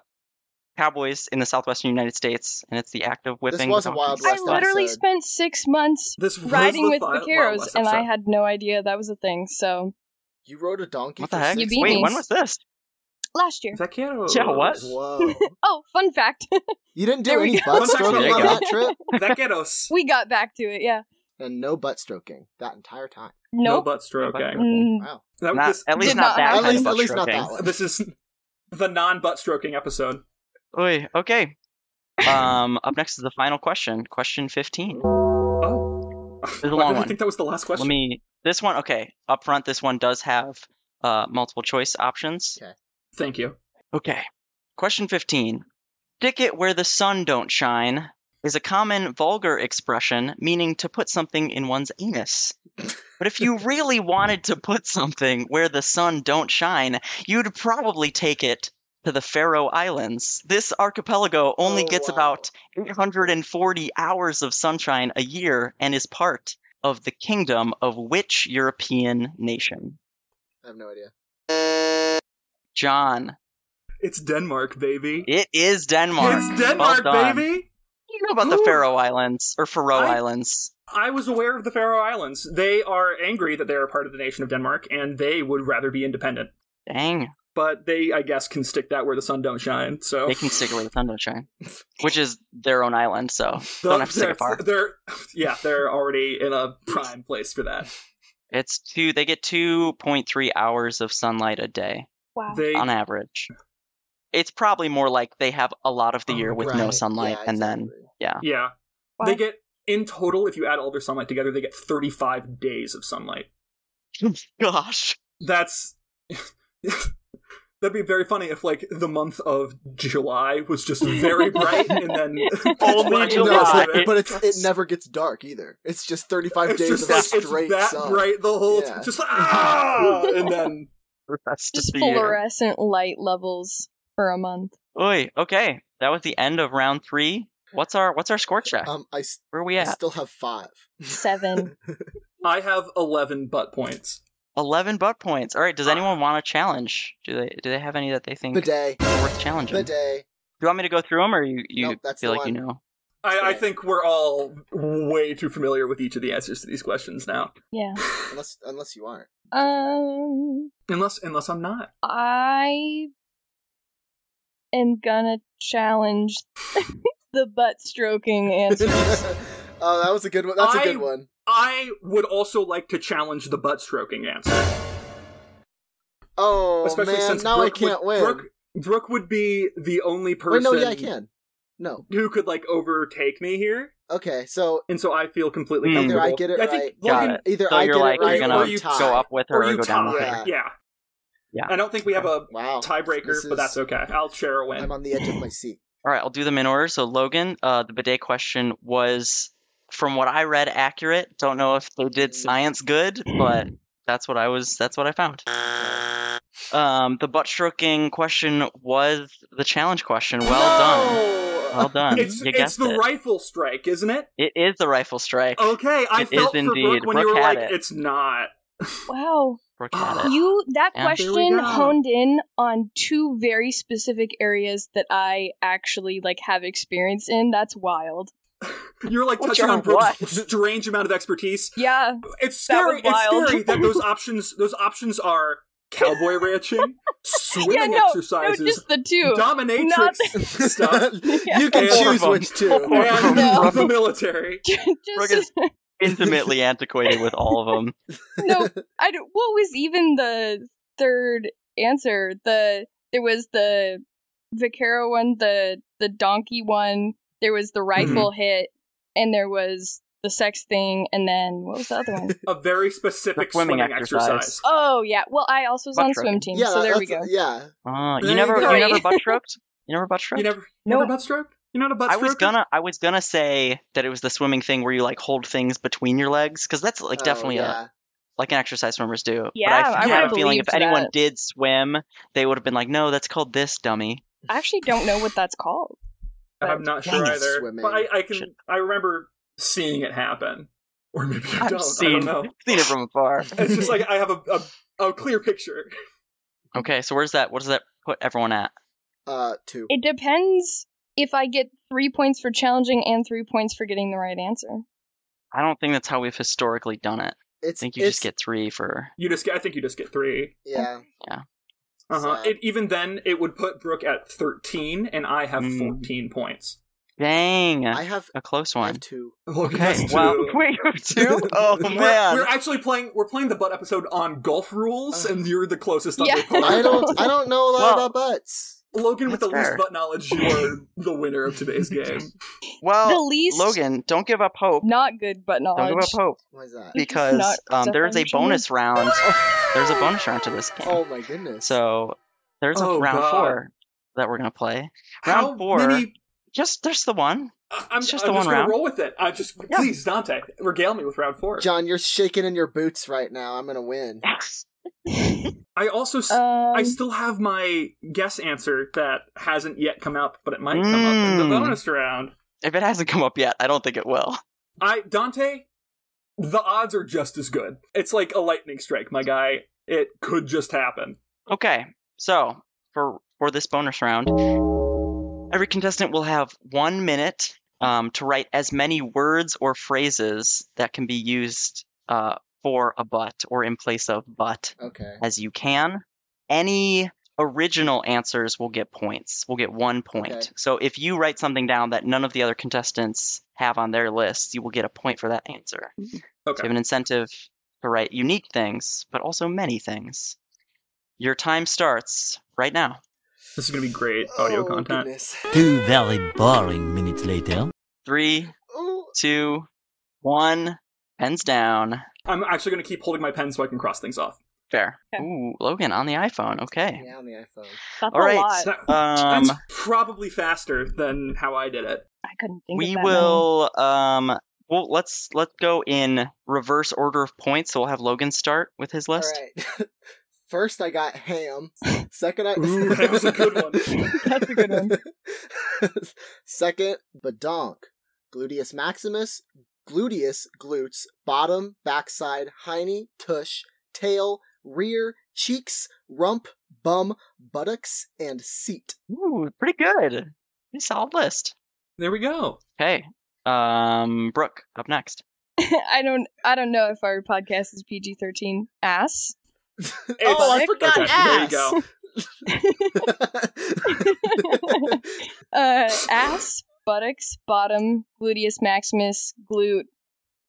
cowboys in the southwestern United States, and it's the act of whipping. This was a donkeys. Wild I West literally episode. spent six months This was riding the with fi- vaqueros, Wild West and I episode. had no idea that was a thing. So You rode a donkey What for the heck? You six beat Wait, me. when months? was this? last year. Vaqueros. Yeah, what? Whoa. Oh, fun fact. You didn't do There we any go. butt stroking There you on go. that trip? Vaqueros. we got back to it. Yeah. And no butt stroking that entire time. No Nope. butt stroking. Hmm. Mm, Wow. That, Not- this, at least Did not not that at happen. kind least of at least not stroking. that one. this is the non butt stroking episode. Oy, okay. Um, up next is the final question, question fifteen. Oh, is a Why long did I one. think that was the last question. Let me. This one, okay. Up front, this one does have uh, multiple choice options. Thank you. Okay. Question 15. Dick it where the sun don't shine is a common vulgar expression meaning to put something in one's anus. But if you really wanted to put something where the sun don't shine, you'd probably take it to the Faroe Islands. This archipelago only Oh, gets wow. about 840 hours of sunshine a year and is part of the kingdom of which European nation? I have no idea. John, It's Denmark, baby. it is Denmark. It's Denmark, Well done. baby. You know about the Ooh. Faroe Islands or Faroe I- Islands. I was aware of the Faroe Islands. They are angry that they are part of the nation of Denmark, and they would rather be independent. Dang, But they, I guess, can stick that where the sun don't shine. So they can stick it where the sun don't shine, which is their own island, so The- don't have to stick they're, it far. they're- yeah, they're already in a prime place for that. It's two. They get two point three hours of sunlight a day wow. They on average. It's probably more like they have a lot of the year with no Right. sunlight, Yeah, and then exactly. yeah, Wow. they get in total if you add all their sunlight together, they get 35 days of sunlight. gosh, That's that'd be very funny if like the month of July was just very bright and then Only No, July. but- but it's it never gets dark either. It's just 35 It's days just of like, it's straight that sun. bright the whole Yeah. time. Just like, ah! and then that's Just the year. fluorescent light levels for a month. Oi, okay, that was the end of round three. What's our what's our score check? Um, I, s- Where are we I at? still have five. Seven. I have eleven butt points. Eleven butt points. All right. Does anyone want a challenge? Do they do they have any that they think Bidet. are worth challenging? Do Bidet. you want me to go through them, or you you Nope, that's feel the like you one. know? I, I think we're all way too familiar with each of the answers to these questions now. Yeah. Unless, unless you aren't. Um, Unless, unless I'm not. I am gonna challenge the butt stroking answer. oh, that was a good one. That's a I- good one. I would also like to challenge the butt stroking answer, Oh especially man, since now Brooke I can't would, win. Brooke, Brooke would be the only Wait, person. no, yeah, I can. No, Who could like overtake me here? okay, so And so I feel completely Hmm. either comfortable. I get it I right. think Got Logan, it. Either So I you're get like it right, you're gonna or you tie. go up with her or or, you go down with tie. her. Yeah. Yeah. Yeah. I don't think we have a Wow, tiebreaker, This but is- that's okay. I'll share a win. I'm on the edge of my seat. All right, I'll do them in order. So Logan, uh, the bidet question was from what I read, accurate. Don't know if they did science good, but that's what I was. That's what I found. Um, the butt stroking question was the challenge question. Well done. No! Well done. It's you it's guessed the it. rifle strike, isn't it? It is the rifle strike. Okay, I It is felt for indeed. Brooke when you Brooke were had like, it. "It's not." Wow. Brooke had it. You that Yeah. There we question go. honed in on two very specific areas that I actually like have experience in. That's wild. You were like What's touching your on Brooke's what? strange amount of expertise. Yeah. It's That scary. was It's wild. scary that those options those options are cowboy ranching, swimming yeah, no, exercises, no, just the two. dominatrix stuff, you can Yeah. choose which two. and No. the military. Just- Brooke is- Intimately antiquated with all of them. no, I don't, what was even the third answer? The there was the vaquero one, the the donkey one, there was Mm-hmm. the rifle hit, and there was the sex thing, and then what was the other one? A very specific The swimming swimming, exercise. exercise. oh yeah, well I also was Butt on stroking. swim team, Yeah, so there we go. that's- Yeah. Ah, you There you never, go. you never butt stroked. You never butt You stroked. never, you No. never butt stroke. You are not a butt Oh, I was stroker? gonna, I was gonna say that it was the swimming thing where you like hold things between your legs because that's like Oh, definitely a yeah. like an exercise swimmers do. Yeah, but I I, would've have a feeling if believed anyone that. did swim, they would have been like, "No, that's called this dummy." I actually don't know what that's called. I'm not sure Dang, either. swimming. But I, I can. Shit. I remember seeing it happen, or maybe I I've don't. I seen, don't know. seen it from afar. It's just like I have a, a, a clear picture. Okay, so where's that? What does that put everyone at? Uh, two. It depends if I get three points for challenging and three points for getting the right answer. I don't think that's how we've historically done it. I It's, think you it's, just get three for. You just. Get, I think you just get three. Yeah. Uh huh. So- It Even then, it would put Brooke at 13, and I have Mm. 14 points. Dang, I have, a close I one. have two. Okay, well, wait, you have two? Oh We're, man, we're actually playing. We're playing the butt episode on golf rules, and you're the closest. Yeah. Other player. I don't, I don't know a lot Well- about butts. Logan, with the That's fair. least butt knowledge, you are the winner of today's game. the well, least Oh, Logan, don't give up hope. not good but Don't knowledge. give up hope Why is that? because Not um, there's a definition. bonus round. There's a bonus round to this game. Oh my goodness. So there's a Oh, round God. four that we're gonna play. Round How four. Many, Just there's the one. I- I'm It's just just, the I'm just one gonna round. roll with it. I just Yeah. please, Dante, regale me with round four. John, you're shaking in your boots right now. I'm gonna win. Yes. I also, s- Um, I still have my guess answer that hasn't yet come up, but it might come up in the Mm. bonus round. If it hasn't come up yet, I don't think it will. I Dante, the odds are just as good. It's like a lightning strike, my guy. It could just happen. Okay, so for for this bonus round, every contestant will have one minute um, to write as many words or phrases that can be used uh, for a but or in place of but Okay. as you can. Any original answers will get points. We'll get one point. Okay. So if you write something down that none of the other contestants have on their list, you will get a point for that answer. So you Okay. have an incentive to write unique things, but also many things. Your time starts right now. This is gonna be great audio oh, content. Goodness. Two very boring minutes later. Three, Oh, two, one. Pens down. I'm actually gonna keep holding my pen so I can cross things off. Fair. Okay. Ooh, Logan on the iPhone. Okay. yeah, on the iPhone. that's All a right. lot. That- Um, that's probably faster than how I did it. I couldn't think we of that. will um well let's let's go in reverse order of points so we'll have logan start with his All list right. First, I got ham. Second, I. Ooh, ham's a good one. That's a good one. Second, badonk. Gluteus maximus, gluteus, glutes, bottom, backside, hiney, tush, tail, rear, cheeks, rump, bum, buttocks, and seat. ooh pretty good pretty solid list There we go. okay um brooke up next one. I don't I don't know if our podcast is PG thirteen. Ass. oh, I It's- forgot okay, ass. there you go. Uh ass, buttocks, bottom, gluteus maximus, glute,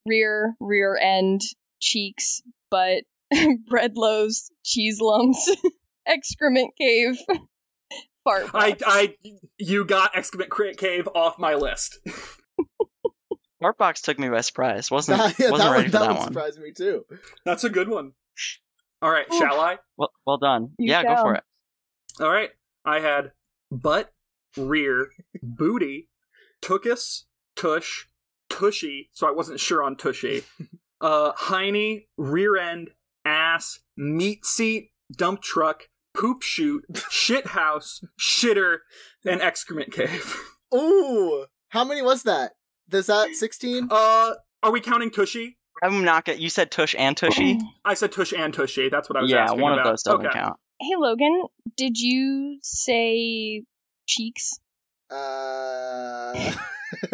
rear, rear end, cheeks, butt, bread loaves, cheese lumps, excrement cave, fart. I, I, you got excavate Crit cave off my list. Bartbox took me by surprise wasn't that, yeah, wasn't that ready one, for that that one one surprised me too. That's a good one. All right, Ooh. shall I? well, well done You yeah go for go. it All right. I had butt, rear, booty, tookus, tush, Tushy, so I wasn't sure on Tushy. Uh, Heine, rear end, ass, meat seat, dump truck, poop chute, shit house, shitter, and excrement cave. Ooh, how many was that? Is that sixteen? Uh, are we counting Tushy? I'm not gonna. You said Tush and Tushy. Mm-hmm. I said Tush and Tushy. That's what I was yeah, asking one about. of those doesn't okay. count. Hey Logan, did you say cheeks? Uh,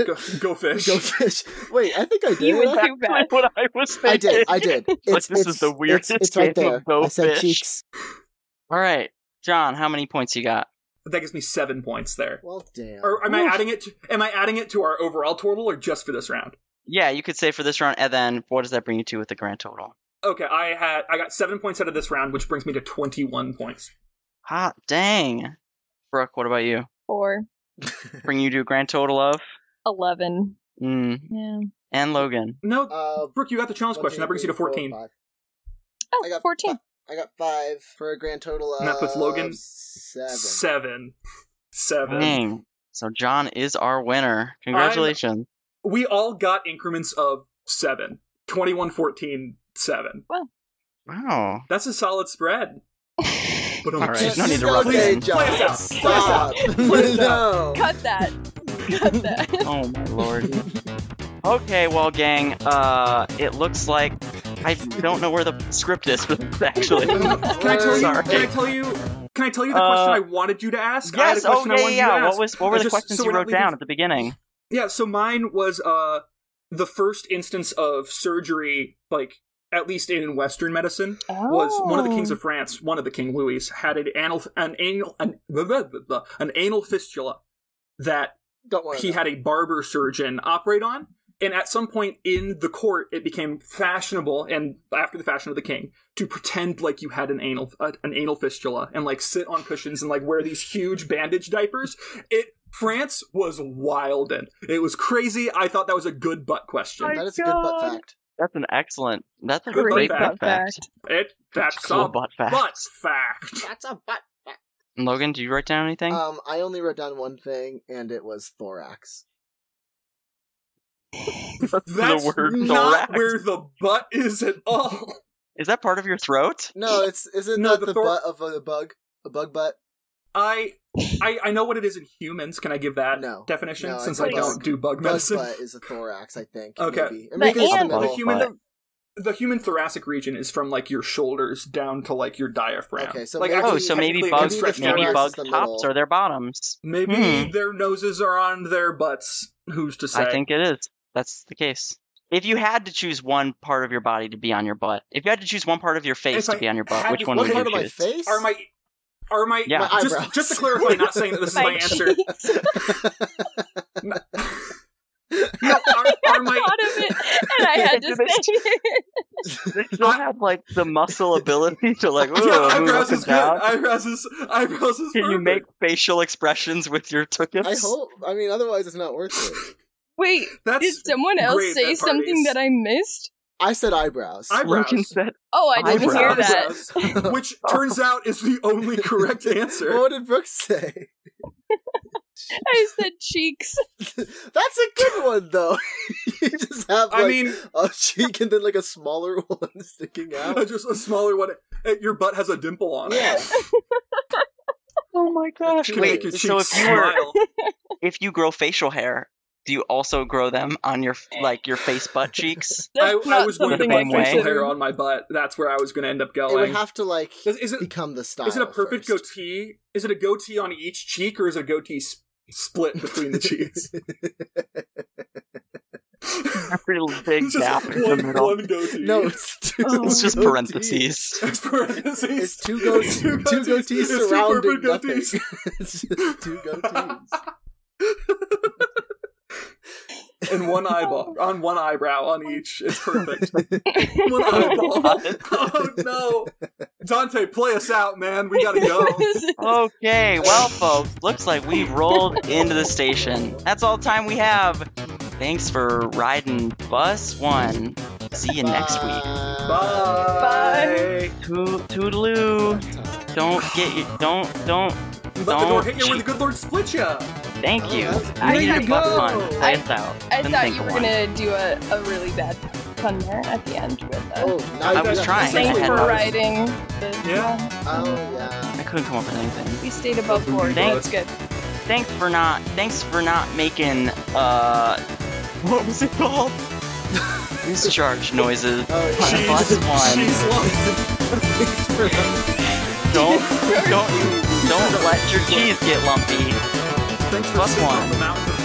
Go, go fish. go fish. Wait, I think I did. You would I- too bad. what I was I did. I did. It's, this is it's- the it's- weirdest It's, right game of there. go I said fish. cheeks. All right, John. How many points you got? that gives me seven points there. Well, damn. Or am I adding it? To, am I adding it to our overall total, or just for this round? Yeah, you could say for this round, and then what does that bring you to with the grand total? Okay, I had I got seven points out of this round, which brings me to twenty-one points. Hot dang, Brooke. What about you? Or Bring you to a grand total of. eleven? Mm. Yeah. And Logan. No, Uh, Brooke, you got the challenge question. That brings you to fourteen. Oh, I got 14. I got five for a grand total of And that puts Logan- seven. Seven. Seven. Dang. So John is our winner. Congratulations. We all got increments of seven. 21, 14, 7. Wow. That's a solid spread. But All right, no need Okay, to rub it in. John, Play us out. Stop. Play us no. Cut that. Cut that. Oh my lord. Okay, well, gang. Uh, it looks like I don't know where the script is for this actually. Can I tell you? Sorry. Can I tell you? Can I tell you the Uh, question I wanted you to ask? I had a yes. Oh question I yeah, yeah. wanted you to yeah. What ask. was what were I the just- questions so you we're not wrote leaving- down at the beginning? Yeah. So mine was uh the first instance of surgery, like at least in Western medicine, was one of the Oh, kings of France, one of the King Louis, had an anal an anal an, blah, blah, blah, blah, an anal fistula that Don't worry. he had a barber surgeon operate on. And at some point in the court, it became fashionable, and after the fashion of the king, to pretend like you had an anal uh, an anal fistula and like sit on cushions and like wear these huge bandage diapers. It France was wild and it was crazy. I thought that was a good butt question. That is a good butt fact. That's an excellent. That's a Good great butt butt fact. It that's Cool a butt fact. butt fact. That's a butt fact. Logan, did you write down anything? Um, I only wrote down one thing, and it was thorax. That's word not thorax. where the butt is at all. is that part of your throat? No, it's isn't No, that the the, thor- butt of a bug? A bug butt? I, I I know what it is in humans. Can I give that No. definition No, I since I think don't bug- do bug Bug medicine? butt is a thorax, I think. Okay. Maybe. Or But maybe it's and- the the Bug middle. human butt. the human thoracic region is from like your shoulders down to like your diaphragm. Okay, so like, maybe- Oh, actually so maybe technically bugs, construct constructed maybe thorax thorax. bug is the tops middle. or their bottoms. Maybe their noses are on their butts. Who's to say? I think it is. That's the case. If you had to choose one part of your body to be on your butt, if you had to choose one part of your face If to I be on your butt, had which to- one What would part What of you my choose? face? are my are my Yeah. My eyebrows. just just to clarify, not saying that this is my answer. No, are, are my thought of it, and I had to Do they- say it. They still have like the muscle ability to like yeah, "Ooh, move up eyebrows and is good. down. Eyebrows is eyebrows is. Can you perfect. make facial expressions with your tuchus? I hope. I mean, otherwise it's not worth it. Wait, that's did someone else great say at something parties. that I missed? I said eyebrows. Logan eyebrows? said, Oh, I didn't hear Eyebrows. that. Eyebrows. Which turns out is the only correct answer. Well, what did Brooks say? I said cheeks. That's a good one, though. you just have like I mean, a cheek and then like a smaller one sticking out. just a smaller one. Eh, Your butt has a dimple on it. Yeah. "Oh my gosh!" Can make Wait, your so if cheeks you were, smile. if you grow facial hair, do you also grow them on your Eh. like your face butt cheeks? I, That's I not was going to something put I way. facial considered. hair on my butt. That's where I was going to end up It would going. have to like is, is it become the style. is it a perfect first. goatee? Is it a goatee on each cheek, or is it a goatee s- split between the cheeks? A really big It's just gap in the one, middle. one goatee. No, it's two. It's just goatees. parentheses. It's parentheses. It's two goatees. two goatees It's two surrounding perfect nothing. goatees. it's just two goatees. and one eyeball on one eyebrow on each. It's perfect. one eyeball. Oh no, Dante, play us out, man. We gotta go. Okay, well, folks, looks like we've rolled into the station. That's all the time we have. Thanks for riding bus one. See you next week. Bye. Toot- Toodaloo. Don't get you. Don't don't Let the door Don't hit you where the good Lord split ya. don't Thank you. Oh, that's- I There had you butt go. fun. I- That's out. I Didn't thought think you of were one. gonna do a, a really bad pun there at the end with uh, Oh, now you I was got- trying. thanks I had for those. riding. The, Yeah. Oh yeah. I couldn't come up with anything. we stayed above board. Thanks. That's good. Thanks for not. Thanks for not making. Uh, what was it called? Discharge noises. Oh Plus yeah. one. she's lost. Thanks for that. Don't don't don't let your cheese get lumpy. Thanks for Plus sitting one. on the mountain of